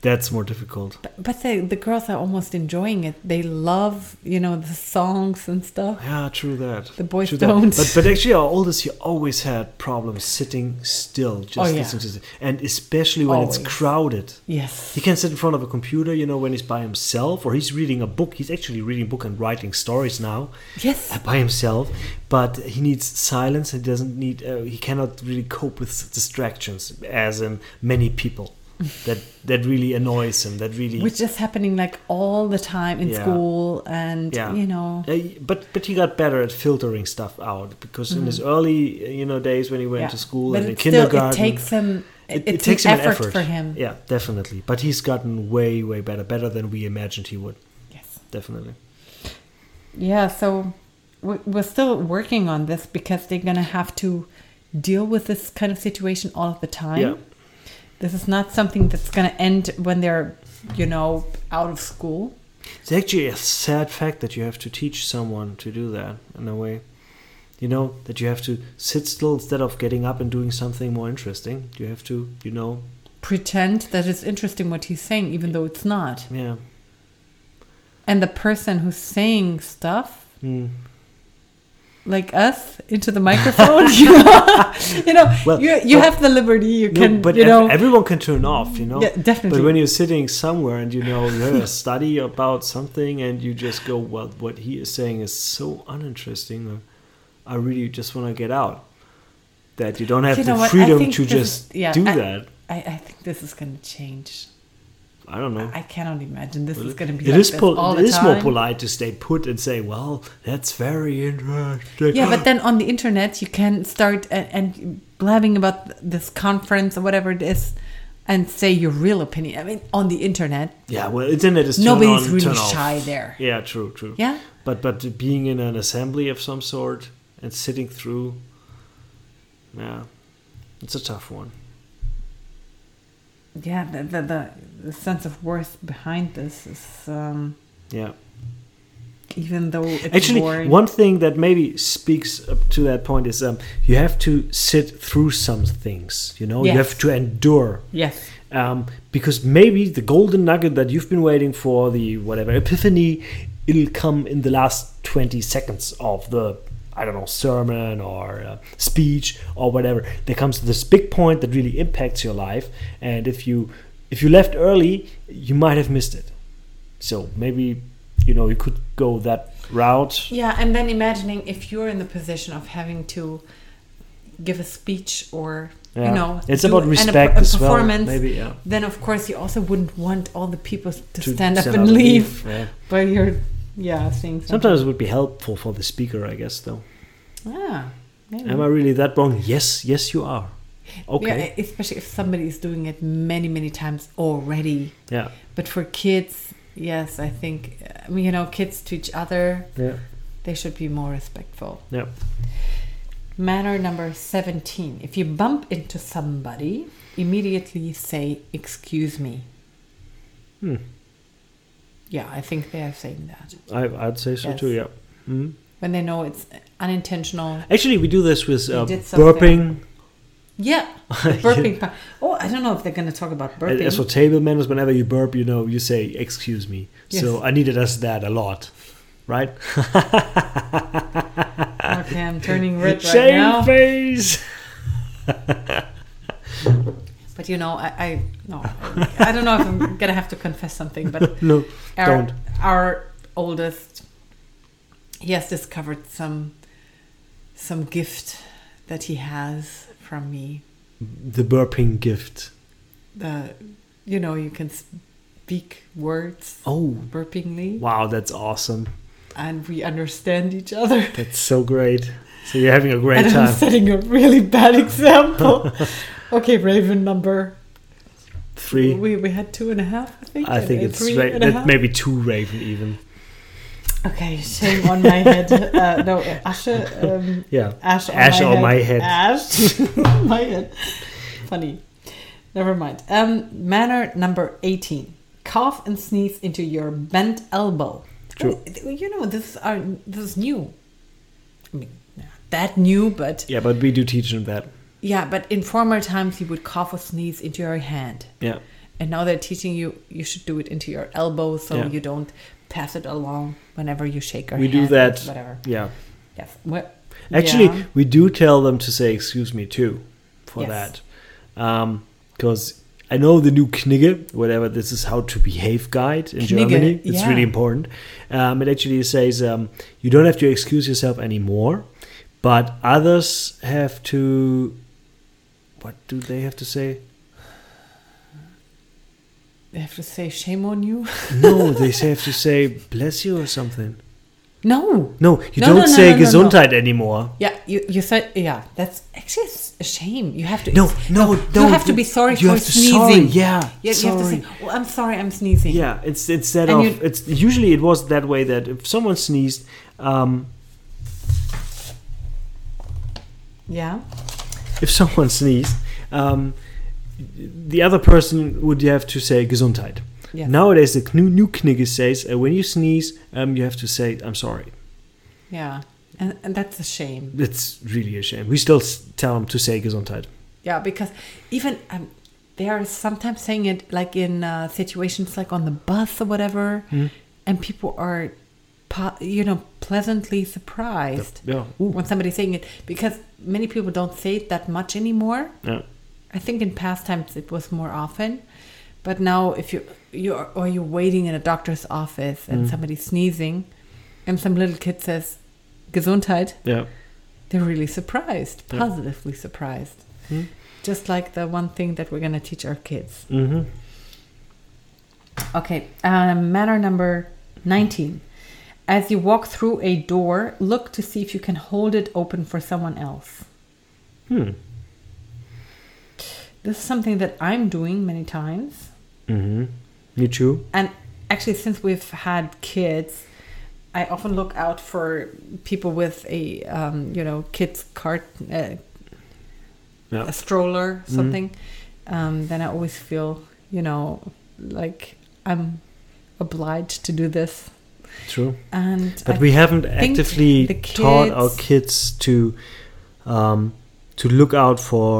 [SPEAKER 2] that's more difficult.
[SPEAKER 1] But, but they, the girls are almost enjoying it. They love, you know, the songs and stuff.
[SPEAKER 2] Yeah, true that.
[SPEAKER 1] The boys
[SPEAKER 2] True that.
[SPEAKER 1] don't.
[SPEAKER 2] But, but actually, our oldest, he always had problems sitting still, just
[SPEAKER 1] Oh, yeah.
[SPEAKER 2] listening to, and especially when
[SPEAKER 1] Always.
[SPEAKER 2] it's crowded.
[SPEAKER 1] yes.
[SPEAKER 2] He can sit in front of a computer, you know, when he's by himself, or he's reading a book. He's actually reading a book and writing stories now.
[SPEAKER 1] Yes.
[SPEAKER 2] by himself but he needs silence he doesn't need uh, he cannot really cope with distractions as in many people that that really annoys him that really
[SPEAKER 1] Which is happening like all the time in
[SPEAKER 2] Yeah.
[SPEAKER 1] school and,
[SPEAKER 2] Yeah.
[SPEAKER 1] you know.
[SPEAKER 2] Uh, but but he got better at filtering stuff out because in his early uh, you know days when he went
[SPEAKER 1] Mm-hmm. yeah.
[SPEAKER 2] to school
[SPEAKER 1] But
[SPEAKER 2] and in
[SPEAKER 1] it's still,
[SPEAKER 2] kindergarten
[SPEAKER 1] it takes him. It, it takes
[SPEAKER 2] him an
[SPEAKER 1] effort, for him.
[SPEAKER 2] yeah definitely but he's gotten way way better better than we imagined he would
[SPEAKER 1] Yes.
[SPEAKER 2] definitely
[SPEAKER 1] Yeah, so we- we're still working on this because they're going to have to deal with this kind of situation all of the time.
[SPEAKER 2] Yeah.
[SPEAKER 1] This is not something that's going to end when they're, you know, out of school.
[SPEAKER 2] It's actually a sad fact that you have to teach someone to do that in a way. You know, that you have to sit still instead of getting up and doing something more interesting. You have to, you know,
[SPEAKER 1] Pretend that it's interesting what he's saying, even though it's not.
[SPEAKER 2] yeah.
[SPEAKER 1] And the person who's saying stuff,
[SPEAKER 2] Mm.
[SPEAKER 1] like us, into the microphone, you know, you, know
[SPEAKER 2] Well,
[SPEAKER 1] you, you
[SPEAKER 2] but-
[SPEAKER 1] have the liberty, you
[SPEAKER 2] No,
[SPEAKER 1] can,
[SPEAKER 2] but
[SPEAKER 1] you
[SPEAKER 2] ev-
[SPEAKER 1] know.
[SPEAKER 2] everyone can turn off, you know?
[SPEAKER 1] Yeah, definitely.
[SPEAKER 2] But when you're sitting somewhere and you know you study about something and you just go, well, what he is saying is so uninteresting. uh, I really just want to get out. That you don't have
[SPEAKER 1] You know
[SPEAKER 2] the
[SPEAKER 1] what, I
[SPEAKER 2] freedom
[SPEAKER 1] think
[SPEAKER 2] to
[SPEAKER 1] this is-
[SPEAKER 2] just
[SPEAKER 1] yeah,
[SPEAKER 2] do
[SPEAKER 1] I-
[SPEAKER 2] that.
[SPEAKER 1] I, I think this is going to change.
[SPEAKER 2] I don't know.
[SPEAKER 1] I cannot imagine this is going to be
[SPEAKER 2] It
[SPEAKER 1] like
[SPEAKER 2] is
[SPEAKER 1] this
[SPEAKER 2] pol-
[SPEAKER 1] all
[SPEAKER 2] it
[SPEAKER 1] the
[SPEAKER 2] is
[SPEAKER 1] time.
[SPEAKER 2] more polite to stay put and say, "Well, that's very interesting."
[SPEAKER 1] Yeah, but then on the internet you can start and, and blabbing about th- this conference or whatever it is, and say your real opinion. I mean, on the internet,
[SPEAKER 2] yeah, well, internet is turn
[SPEAKER 1] nobody's
[SPEAKER 2] on,
[SPEAKER 1] really
[SPEAKER 2] turn off.
[SPEAKER 1] shy there.
[SPEAKER 2] Yeah, true, true.
[SPEAKER 1] Yeah.
[SPEAKER 2] but but being in an assembly of some sort and sitting through, yeah, it's a tough one.
[SPEAKER 1] Yeah, the the, the, the sense of worth behind this is um,
[SPEAKER 2] Yeah,
[SPEAKER 1] even though it's
[SPEAKER 2] actually,
[SPEAKER 1] boring.
[SPEAKER 2] one thing that maybe speaks up to that point is um, you have to sit through some things. You know,
[SPEAKER 1] Yes.
[SPEAKER 2] you have to endure
[SPEAKER 1] yes,
[SPEAKER 2] um, because maybe the golden nugget that you've been waiting for, the whatever epiphany, it'll come in the last 20 seconds of the, I don't know, sermon or uh, speech or whatever. There comes this big point that really impacts your life, and if you if you left early, you might have missed it. So maybe you know you could go that route.
[SPEAKER 1] Yeah, and then imagining if you're in the position of having to give a speech or
[SPEAKER 2] Yeah.
[SPEAKER 1] you know,
[SPEAKER 2] it's
[SPEAKER 1] do
[SPEAKER 2] about
[SPEAKER 1] an-
[SPEAKER 2] respect
[SPEAKER 1] a, a
[SPEAKER 2] as well.
[SPEAKER 1] performance,
[SPEAKER 2] Maybe yeah.
[SPEAKER 1] then of course you also wouldn't want all the people to,
[SPEAKER 2] To
[SPEAKER 1] stand up
[SPEAKER 2] stand
[SPEAKER 1] and
[SPEAKER 2] up and
[SPEAKER 1] leave.
[SPEAKER 2] leave, yeah.
[SPEAKER 1] But you're, yeah, seeing something.
[SPEAKER 2] Sometimes it would be helpful for the speaker, I guess. Though,
[SPEAKER 1] Ah, maybe.
[SPEAKER 2] am I really that wrong? Yes, yes, you are. Okay.
[SPEAKER 1] Yeah, especially if somebody is doing it many, many times already.
[SPEAKER 2] Yeah.
[SPEAKER 1] But for kids, yes, I think, I mean, you know, kids to each other,
[SPEAKER 2] Yeah.
[SPEAKER 1] they should be more respectful.
[SPEAKER 2] Yeah.
[SPEAKER 1] Manner number 17. If you bump into somebody, immediately say, Excuse me.
[SPEAKER 2] Hmm.
[SPEAKER 1] Yeah, I think they are saying that.
[SPEAKER 2] I, I'd say so
[SPEAKER 1] Yes.
[SPEAKER 2] too. Yeah. Mhm.
[SPEAKER 1] When they know it's unintentional.
[SPEAKER 2] Actually, we do this with uh,
[SPEAKER 1] did something.
[SPEAKER 2] burping.
[SPEAKER 1] Yeah, the burping. part. Oh, I don't know if they're going to talk about burping.
[SPEAKER 2] As for table manners, whenever you burp, you know, you say "excuse me." So
[SPEAKER 1] Yes.
[SPEAKER 2] I needed us that a lot, right?
[SPEAKER 1] okay, I'm turning red right
[SPEAKER 2] Shame
[SPEAKER 1] now.
[SPEAKER 2] face.
[SPEAKER 1] But you know, I, I no, I don't know if I'm gonna have to confess something, but
[SPEAKER 2] No,
[SPEAKER 1] our
[SPEAKER 2] don't.
[SPEAKER 1] our oldest, he has discovered some some gift that he has from me.
[SPEAKER 2] The burping gift.
[SPEAKER 1] The you know you can speak words
[SPEAKER 2] Oh,
[SPEAKER 1] burpingly,
[SPEAKER 2] wow, that's awesome.
[SPEAKER 1] and we understand each other.
[SPEAKER 2] That's so great. So you're having a great
[SPEAKER 1] And I'm
[SPEAKER 2] time.
[SPEAKER 1] setting a really bad example. okay, Raven number.
[SPEAKER 2] Three.
[SPEAKER 1] We we had two and a half, I think.
[SPEAKER 2] I
[SPEAKER 1] and-
[SPEAKER 2] think
[SPEAKER 1] and
[SPEAKER 2] it's
[SPEAKER 1] three
[SPEAKER 2] ra-
[SPEAKER 1] and a
[SPEAKER 2] that
[SPEAKER 1] half.
[SPEAKER 2] maybe two Raven even.
[SPEAKER 1] Okay, shame on my head. Uh, no, Asche. Um,
[SPEAKER 2] Yeah.
[SPEAKER 1] ash on,
[SPEAKER 2] Ash
[SPEAKER 1] my,
[SPEAKER 2] on
[SPEAKER 1] head.
[SPEAKER 2] my head.
[SPEAKER 1] Ash on my head. Funny. Never mind. Um, manner number 18. Cough and sneeze into your bent elbow.
[SPEAKER 2] True.
[SPEAKER 1] Oh, you know, this, are, this is new. I mean, not that new, but
[SPEAKER 2] Yeah, but we do teach them that.
[SPEAKER 1] yeah, but in former times you would cough or sneeze into your hand.
[SPEAKER 2] Yeah.
[SPEAKER 1] And now they're teaching you you should do it into your elbow so
[SPEAKER 2] Yeah.
[SPEAKER 1] you don't pass it along whenever you shake your
[SPEAKER 2] We
[SPEAKER 1] hand.
[SPEAKER 2] do
[SPEAKER 1] or
[SPEAKER 2] that.
[SPEAKER 1] Whatever.
[SPEAKER 2] Yeah.
[SPEAKER 1] Yes. Well,
[SPEAKER 2] Actually,
[SPEAKER 1] yeah.
[SPEAKER 2] we do tell them to say "excuse me" too, for
[SPEAKER 1] Yes.
[SPEAKER 2] that, because I know the new Knigge, whatever this is, how to behave guide in
[SPEAKER 1] Knigge,
[SPEAKER 2] Germany. It's
[SPEAKER 1] yeah.
[SPEAKER 2] really important. Um, it actually says um, you don't have to excuse yourself anymore, but others have to. What do they have to say?
[SPEAKER 1] They have to say shame on you.
[SPEAKER 2] No, they say- have to say "bless you" or something.
[SPEAKER 1] No.
[SPEAKER 2] No, you
[SPEAKER 1] No,
[SPEAKER 2] don't
[SPEAKER 1] no, no,
[SPEAKER 2] say
[SPEAKER 1] no, no, no.
[SPEAKER 2] "Gesundheit" anymore.
[SPEAKER 1] Yeah, you, you said yeah. That's actually it's a shame. You have to
[SPEAKER 2] No, no, no.
[SPEAKER 1] You have to be sorry
[SPEAKER 2] you
[SPEAKER 1] for
[SPEAKER 2] have to
[SPEAKER 1] sneezing.
[SPEAKER 2] Sorry, yeah,
[SPEAKER 1] You, you have to say,
[SPEAKER 2] sorry.
[SPEAKER 1] "Oh, I'm sorry, I'm sneezing."
[SPEAKER 2] Yeah, it's instead
[SPEAKER 1] And
[SPEAKER 2] of
[SPEAKER 1] you-
[SPEAKER 2] it's usually it was that way that if someone sneezed, um,
[SPEAKER 1] Yeah.
[SPEAKER 2] if someone sneezed, um, the other person would have to say Gesundheit.
[SPEAKER 1] Yes.
[SPEAKER 2] Nowadays, the new, new Knigge says uh, when you sneeze, um, you have to say I'm sorry.
[SPEAKER 1] Yeah. And, and that's a shame.
[SPEAKER 2] It's really a shame. We still s- tell them to say Gesundheit.
[SPEAKER 1] Yeah, because even um, they are sometimes saying it like in uh, situations like on the bus or whatever, and people are, po- you know, pleasantly surprised
[SPEAKER 2] Yeah.
[SPEAKER 1] when somebody's saying it because many people don't say it that much anymore.
[SPEAKER 2] Yeah.
[SPEAKER 1] I think in past times it was more often, but now if you you are, or you're waiting in a doctor's office and somebody's sneezing, and some little kid says "Gesundheit,"
[SPEAKER 2] Yeah.
[SPEAKER 1] they're really surprised,
[SPEAKER 2] Yeah.
[SPEAKER 1] positively surprised.
[SPEAKER 2] Mm.
[SPEAKER 1] Just like the one thing that we're gonna teach our kids.
[SPEAKER 2] hmm
[SPEAKER 1] Okay, um, matter number nineteen. As you walk through a door, look to see if you can hold it open for someone else.
[SPEAKER 2] Hmm.
[SPEAKER 1] This is something that I'm doing many times.
[SPEAKER 2] hmm Me too.
[SPEAKER 1] And actually, since we've had kids, I often look out for people with a um, you know kids cart, uh,
[SPEAKER 2] Yeah. Mm-hmm.
[SPEAKER 1] a stroller, something. Um, then I always feel you know like I'm obliged to do this,
[SPEAKER 2] True.
[SPEAKER 1] and
[SPEAKER 2] But
[SPEAKER 1] I-
[SPEAKER 2] we haven't
[SPEAKER 1] think
[SPEAKER 2] actively
[SPEAKER 1] the
[SPEAKER 2] taught our
[SPEAKER 1] kids-
[SPEAKER 2] kids to um, to look out for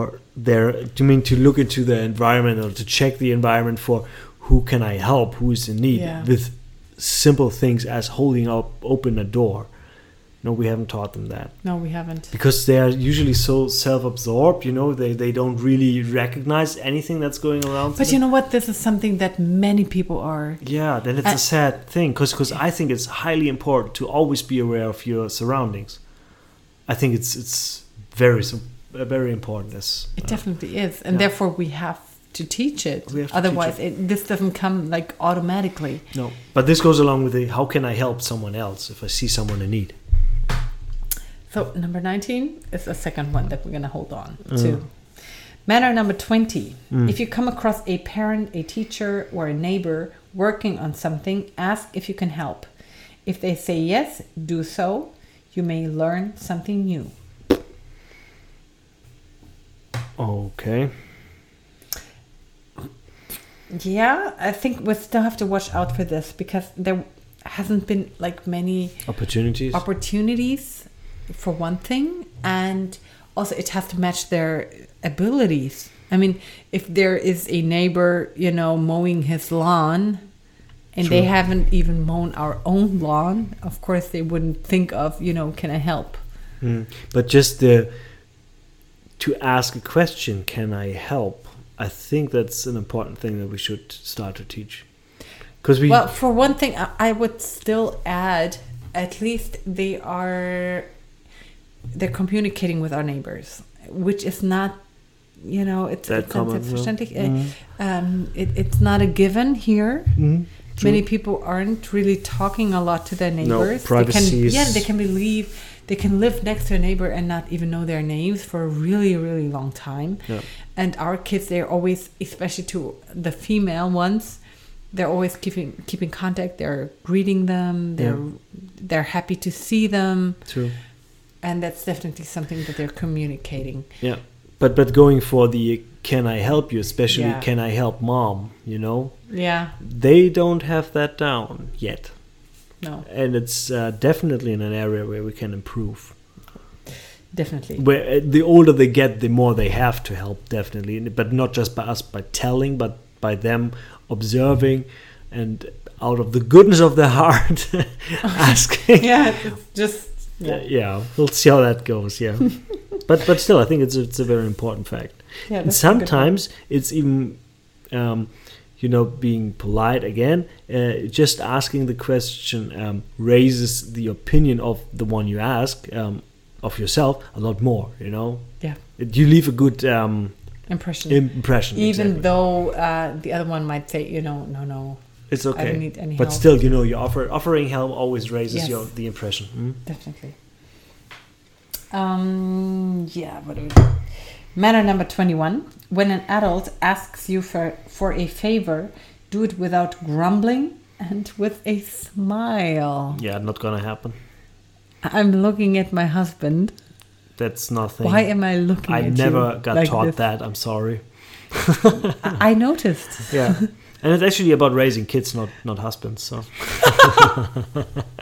[SPEAKER 2] their. Do you mean to look into the environment or to check the environment for who can I help, who is in need,
[SPEAKER 1] Yeah.
[SPEAKER 2] with simple things as holding up open a door. No, we haven't taught them that
[SPEAKER 1] No, we haven't.
[SPEAKER 2] because they are usually so self-absorbed. You know, they they don't really recognize anything that's going around.
[SPEAKER 1] But you know what? This is something that many people are.
[SPEAKER 2] yeah, then it's
[SPEAKER 1] Uh,
[SPEAKER 2] a sad thing because I think it's highly important to always be aware of your surroundings. I think it's it's very so- uh, very important. Yes.
[SPEAKER 1] It
[SPEAKER 2] Uh,
[SPEAKER 1] definitely is, and
[SPEAKER 2] yeah.
[SPEAKER 1] therefore we have to teach it.
[SPEAKER 2] We have to teach
[SPEAKER 1] Otherwise, it. this doesn't come like automatically.
[SPEAKER 2] no, but this goes along with the how can I help someone else if I see someone in need.
[SPEAKER 1] So number nineteen is the second one that we're gonna hold on to. Matter number twenty: If you come across a parent, a teacher, or a neighbor working on something, ask if you can help. If they say yes, do so. You may learn something new.
[SPEAKER 2] Okay.
[SPEAKER 1] Yeah, I think we still have to watch out for this because there hasn't been like many
[SPEAKER 2] Opportunities.
[SPEAKER 1] opportunities for one thing, and also it has to match their abilities. I mean, if there is a neighbor, you know, mowing his lawn, and they
[SPEAKER 2] True.
[SPEAKER 1] haven't even mown our own lawn, of course they wouldn't think of, you know, can I help?
[SPEAKER 2] Mm. But just the to ask a question, can I help? I think that's an important thing that we should start to teach. Because we,
[SPEAKER 1] Well, for one thing, I- I would still add at least they are they're communicating with our neighbors, which is not you know it's
[SPEAKER 2] That
[SPEAKER 1] it's
[SPEAKER 2] common, mm-hmm, no.
[SPEAKER 1] selbstverständlich. Uh, um, it, it's not a given here.
[SPEAKER 2] Mhm.
[SPEAKER 1] Many people aren't really talking a lot to their neighbors.
[SPEAKER 2] privacy
[SPEAKER 1] they can,
[SPEAKER 2] is-
[SPEAKER 1] yeah, they can believe they can live next to a neighbor and not even know their names for a really really long time
[SPEAKER 2] Yeah.
[SPEAKER 1] and our kids they're always especially to the female ones they're always keeping keeping contact they're greeting them they're they're happy to see them
[SPEAKER 2] True.
[SPEAKER 1] and that's definitely something that they're communicating
[SPEAKER 2] Yeah. But but going for the can I help you, especially
[SPEAKER 1] Yeah.
[SPEAKER 2] can I help mom? You know,
[SPEAKER 1] yeah
[SPEAKER 2] they don't have that down yet,
[SPEAKER 1] no
[SPEAKER 2] and it's uh, definitely in an area where we can improve.
[SPEAKER 1] definitely
[SPEAKER 2] Where uh, the older they get, the more they have to help, definitely. And- But not just by us by telling, but by them observing, and out of the goodness of their heart, asking.
[SPEAKER 1] yeah it's just
[SPEAKER 2] Uh,
[SPEAKER 1] yeah,
[SPEAKER 2] yeah, we'll see how that goes. Yeah, but but still, I think it's it's a very important fact.
[SPEAKER 1] yeah that's a
[SPEAKER 2] and
[SPEAKER 1] good one.
[SPEAKER 2] sometimes it's even um, you know being polite again uh, just asking the question um, raises the opinion of the one you ask um, of yourself a lot more you know
[SPEAKER 1] yeah
[SPEAKER 2] It- you leave a good um,
[SPEAKER 1] impression
[SPEAKER 2] impression
[SPEAKER 1] even
[SPEAKER 2] exactly.
[SPEAKER 1] though uh, the other one might say you know no no
[SPEAKER 2] it's
[SPEAKER 1] i don't
[SPEAKER 2] okay
[SPEAKER 1] need any
[SPEAKER 2] but
[SPEAKER 1] help
[SPEAKER 2] still you know your offer offering help always raises
[SPEAKER 1] Yes.
[SPEAKER 2] your the impression mm?
[SPEAKER 1] Definitely. Um, yeah, what do we do? Matter number 21. When an adult asks you for, for a favor, do it without grumbling and with a smile.
[SPEAKER 2] yeah not gonna happen
[SPEAKER 1] I'm looking at my husband.
[SPEAKER 2] that's nothing
[SPEAKER 1] Why am I looking
[SPEAKER 2] I
[SPEAKER 1] at you?
[SPEAKER 2] never got
[SPEAKER 1] like
[SPEAKER 2] taught
[SPEAKER 1] this?
[SPEAKER 2] that. I'm sorry.
[SPEAKER 1] I I noticed.
[SPEAKER 2] Yeah, and it's actually about raising kids, not not husbands. So,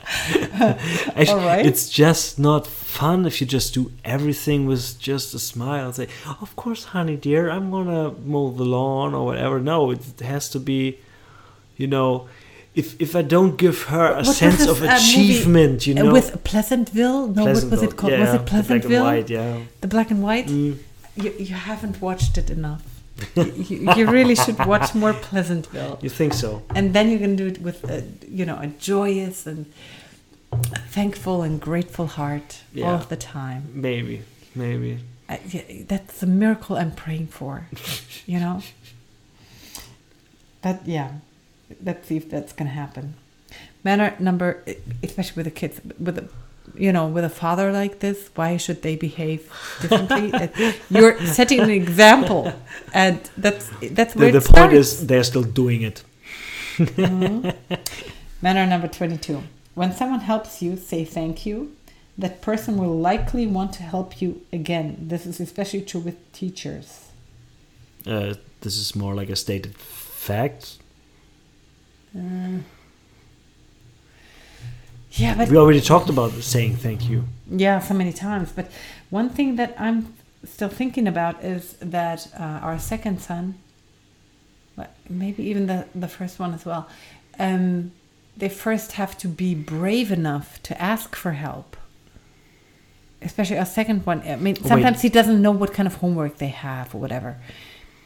[SPEAKER 2] actually,
[SPEAKER 1] Alright.
[SPEAKER 2] it's just not fun if you just do everything with just a smile and say, "Of course, honey dear, I'm gonna mow the lawn or whatever." No, it has to be, you know, if if I don't give her a
[SPEAKER 1] What was
[SPEAKER 2] sense
[SPEAKER 1] this,
[SPEAKER 2] of
[SPEAKER 1] uh, movie,
[SPEAKER 2] achievement, you
[SPEAKER 1] Uh,
[SPEAKER 2] know,
[SPEAKER 1] With Pleasantville? No, what was
[SPEAKER 2] Pleasantville.
[SPEAKER 1] it called?
[SPEAKER 2] Yeah,
[SPEAKER 1] was
[SPEAKER 2] the
[SPEAKER 1] it Pleasantville?
[SPEAKER 2] Black and white,
[SPEAKER 1] The black and white?
[SPEAKER 2] yeah. Mm.
[SPEAKER 1] You, you haven't watched it enough. you, you really should watch more Pleasantville.
[SPEAKER 2] You think so?
[SPEAKER 1] and then you can do it with a, you know a joyous and thankful and grateful heart all
[SPEAKER 2] Yeah.
[SPEAKER 1] of the time
[SPEAKER 2] Maybe, maybe.
[SPEAKER 1] I, yeah, that's a miracle i'm praying for you know but yeah let's see if that's gonna happen manner number especially with the kids with a you know with a father like this why should they behave differently It- you're setting an example and that's that's
[SPEAKER 2] The,
[SPEAKER 1] where
[SPEAKER 2] the
[SPEAKER 1] it
[SPEAKER 2] point
[SPEAKER 1] starts.
[SPEAKER 2] is, they're still doing it.
[SPEAKER 1] Manner Mm-hmm. number 22. When someone helps you, say thank you. That person will likely want to help you again. This is especially true with teachers.
[SPEAKER 2] uh, this is more like a stated fact.
[SPEAKER 1] Uh, Yeah, but
[SPEAKER 2] We already talked about saying thank you.
[SPEAKER 1] yeah, so many times. But one thing that I'm still thinking about is that uh, our second son, but maybe even the, the first one as well, um, they first have to be brave enough to ask for help. especially our second one. I mean, sometimes he doesn't know what kind of homework they have or whatever,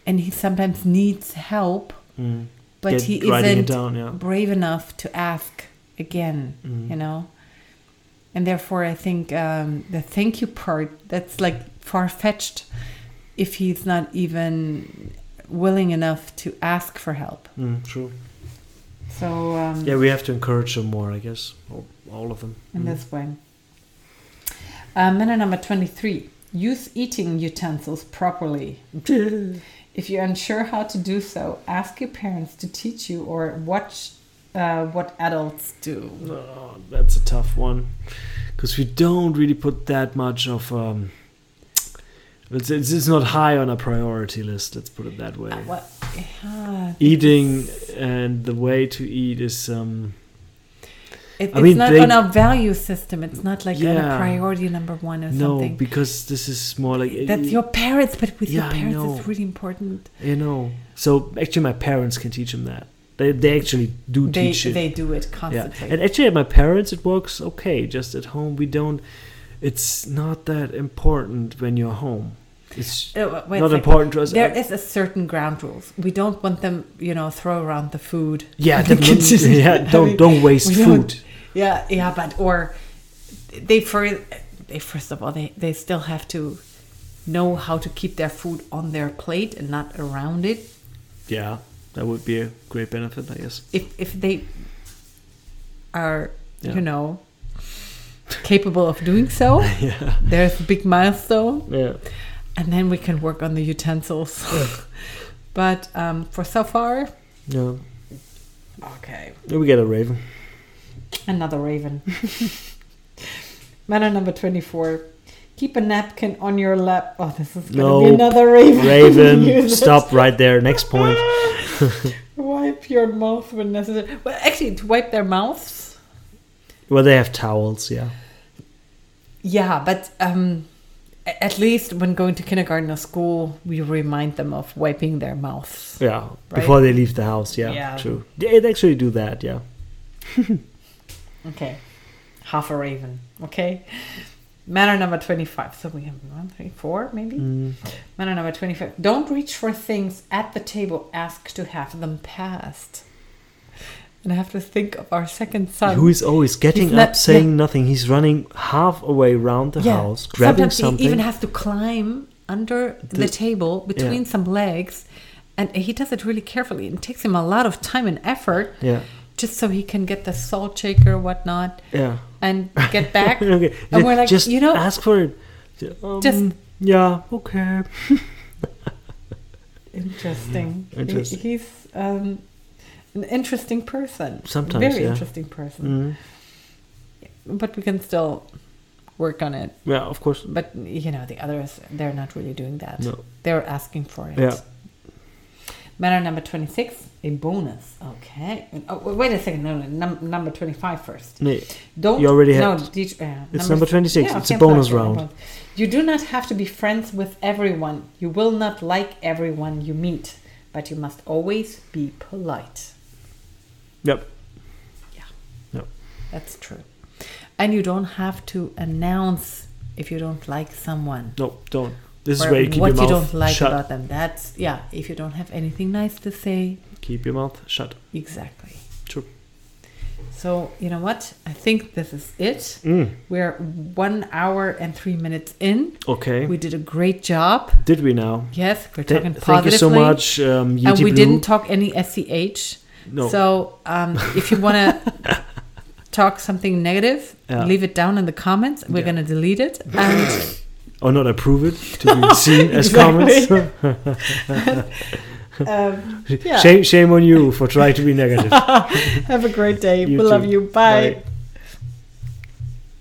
[SPEAKER 1] and he sometimes needs help,
[SPEAKER 2] Mm.
[SPEAKER 1] but
[SPEAKER 2] Get-
[SPEAKER 1] he
[SPEAKER 2] writing it
[SPEAKER 1] isn't
[SPEAKER 2] down, yeah. Mm.
[SPEAKER 1] brave enough to ask again. You know, and therefore I think um, the thank you part that's like far fetched if he's not even willing enough to ask for help.
[SPEAKER 2] Mm, true.
[SPEAKER 1] So um,
[SPEAKER 2] Yeah, we have to encourage them more, I guess. All, all of them. Mm.
[SPEAKER 1] in this way. Uh, minute number 23 use eating utensils properly. If you're unsure how to do so, ask your parents to teach you or watch uh, what adults do.
[SPEAKER 2] Oh, that's a tough one because we don't really put that much of. Um, it's, it's, it's not high on a priority list. Let's put it that way.
[SPEAKER 1] Uh, What? ah,
[SPEAKER 2] Eating and the way to eat is um,
[SPEAKER 1] it- it's
[SPEAKER 2] I mean,
[SPEAKER 1] not
[SPEAKER 2] they-
[SPEAKER 1] on our value system. It's not like on a
[SPEAKER 2] Yeah.
[SPEAKER 1] priority number one or
[SPEAKER 2] no
[SPEAKER 1] something.
[SPEAKER 2] because this is more like eh,
[SPEAKER 1] That's your parents, but with
[SPEAKER 2] Yeah,
[SPEAKER 1] your
[SPEAKER 2] I
[SPEAKER 1] parents,
[SPEAKER 2] know.
[SPEAKER 1] it's really important.
[SPEAKER 2] you know. So actually, my parents can teach him that. They, they actually do
[SPEAKER 1] They,
[SPEAKER 2] teach it.
[SPEAKER 1] they do it
[SPEAKER 2] yeah,
[SPEAKER 1] constantly.
[SPEAKER 2] and actually, at my parents, it works okay. Just at home, we don't. It's not that important when you're home. It's
[SPEAKER 1] Uh, wait a
[SPEAKER 2] not
[SPEAKER 1] second.
[SPEAKER 2] important to us. Uh,
[SPEAKER 1] There is a certain ground rules. We don't want them, you know, throw around the food.
[SPEAKER 2] Yeah, that
[SPEAKER 1] Kids
[SPEAKER 2] means-
[SPEAKER 1] is-
[SPEAKER 2] yeah,
[SPEAKER 1] I
[SPEAKER 2] don't
[SPEAKER 1] mean,
[SPEAKER 2] don't waste
[SPEAKER 1] we
[SPEAKER 2] food.
[SPEAKER 1] don't- Yeah, yeah, but or they first, they first of all they they still have to know how to keep their food on their plate and not around it.
[SPEAKER 2] Yeah, that would be a great benefit, I guess.
[SPEAKER 1] If if they are,
[SPEAKER 2] Yeah.
[SPEAKER 1] you know, capable of doing so,
[SPEAKER 2] Yeah,
[SPEAKER 1] there's a big milestone.
[SPEAKER 2] yeah,
[SPEAKER 1] and then we can work on the utensils. but um, for so far,
[SPEAKER 2] yeah.
[SPEAKER 1] okay,
[SPEAKER 2] We get a raven.
[SPEAKER 1] another raven. Manner number twenty-four. Keep a napkin on your lap. Oh, this is gonna
[SPEAKER 2] No,
[SPEAKER 1] be another raven.
[SPEAKER 2] Raven,
[SPEAKER 1] Use it.
[SPEAKER 2] stop right there. Next point.
[SPEAKER 1] Wipe your mouth when necessary. Well, actually, to wipe their mouths.
[SPEAKER 2] Well, they have towels. Yeah,
[SPEAKER 1] Yeah, but um, a- at least when going to kindergarten or school, we remind them of wiping their mouths.
[SPEAKER 2] yeah.
[SPEAKER 1] Right.
[SPEAKER 2] Before they leave the house. Yeah,
[SPEAKER 1] Yeah.
[SPEAKER 2] true. They they actually do that. Yeah.
[SPEAKER 1] Okay. Half a raven. Okay. Matter number 25. So we have one, three, four, maybe? Matter number 25. Don't reach for things at the table. Ask to have them passed. And I have to think of our second son.
[SPEAKER 2] Who is always getting
[SPEAKER 1] he's not-
[SPEAKER 2] up, saying nothing? He's running half away round the house, grabbing
[SPEAKER 1] Sometimes
[SPEAKER 2] something.
[SPEAKER 1] he even has to climb under the,
[SPEAKER 2] The-
[SPEAKER 1] table between some legs. And he does it really carefully. It takes him a lot of time and effort
[SPEAKER 2] yeah,
[SPEAKER 1] just so he can get the salt shaker or whatnot
[SPEAKER 2] yeah.
[SPEAKER 1] and get back.
[SPEAKER 2] okay.
[SPEAKER 1] And we're like,
[SPEAKER 2] just
[SPEAKER 1] you know,
[SPEAKER 2] ask for it. Um,
[SPEAKER 1] just-
[SPEAKER 2] yeah, okay.
[SPEAKER 1] Interesting. He-
[SPEAKER 2] Interesting.
[SPEAKER 1] he's um, an interesting person.
[SPEAKER 2] Sometimes,
[SPEAKER 1] very
[SPEAKER 2] yeah. Mm.
[SPEAKER 1] interesting person.
[SPEAKER 2] Mhm.
[SPEAKER 1] But we can still work on it.
[SPEAKER 2] Yeah, of course.
[SPEAKER 1] But you know, the others they're not really doing that.
[SPEAKER 2] No.
[SPEAKER 1] They're asking for it.
[SPEAKER 2] Yeah.
[SPEAKER 1] Matter number twenty-six, a bonus. Okay. Oh, w- wait a second. No, no. Num- number 25 first.
[SPEAKER 2] No,
[SPEAKER 1] Don't.
[SPEAKER 2] You already
[SPEAKER 1] no,
[SPEAKER 2] had-
[SPEAKER 1] did you- uh,
[SPEAKER 2] It's number 26.
[SPEAKER 1] Yeah,
[SPEAKER 2] It's a
[SPEAKER 1] okay,
[SPEAKER 2] bonus
[SPEAKER 1] fine,
[SPEAKER 2] round.
[SPEAKER 1] bonus. You do not have to be friends with everyone. You will not like everyone you meet, but you must always be polite.
[SPEAKER 2] Yep.
[SPEAKER 1] That's true. And you don't have to announce if you don't like someone.
[SPEAKER 2] No, don't. This is
[SPEAKER 1] or
[SPEAKER 2] where you keep
[SPEAKER 1] what
[SPEAKER 2] your mouth
[SPEAKER 1] you don't like
[SPEAKER 2] shut.
[SPEAKER 1] about them. That's yeah. If you don't have anything nice to say,
[SPEAKER 2] Keep your mouth shut.
[SPEAKER 1] exactly.
[SPEAKER 2] True.
[SPEAKER 1] So you know what? I think this is it.
[SPEAKER 2] Mm.
[SPEAKER 1] We're one hour and three minutes in.
[SPEAKER 2] Okay.
[SPEAKER 1] We did a great job.
[SPEAKER 2] Did we now?
[SPEAKER 1] Yes, we're
[SPEAKER 2] Th-
[SPEAKER 1] talking
[SPEAKER 2] thank you
[SPEAKER 1] positively.
[SPEAKER 2] so much, um,
[SPEAKER 1] And
[SPEAKER 2] Yeti
[SPEAKER 1] we
[SPEAKER 2] Blue.
[SPEAKER 1] didn't talk any SCH.
[SPEAKER 2] No.
[SPEAKER 1] So um, if you want to talk something negative,
[SPEAKER 2] Yeah.
[SPEAKER 1] leave it down in the comments. We're
[SPEAKER 2] Yeah.
[SPEAKER 1] going to delete it. And
[SPEAKER 2] or not approve it to be seen as
[SPEAKER 1] Exactly.
[SPEAKER 2] comments.
[SPEAKER 1] um, yeah. um,
[SPEAKER 2] shame, shame on you for trying to be negative.
[SPEAKER 1] have a great day.
[SPEAKER 2] You
[SPEAKER 1] we love
[SPEAKER 2] too.
[SPEAKER 1] you. Bye.
[SPEAKER 2] Bye.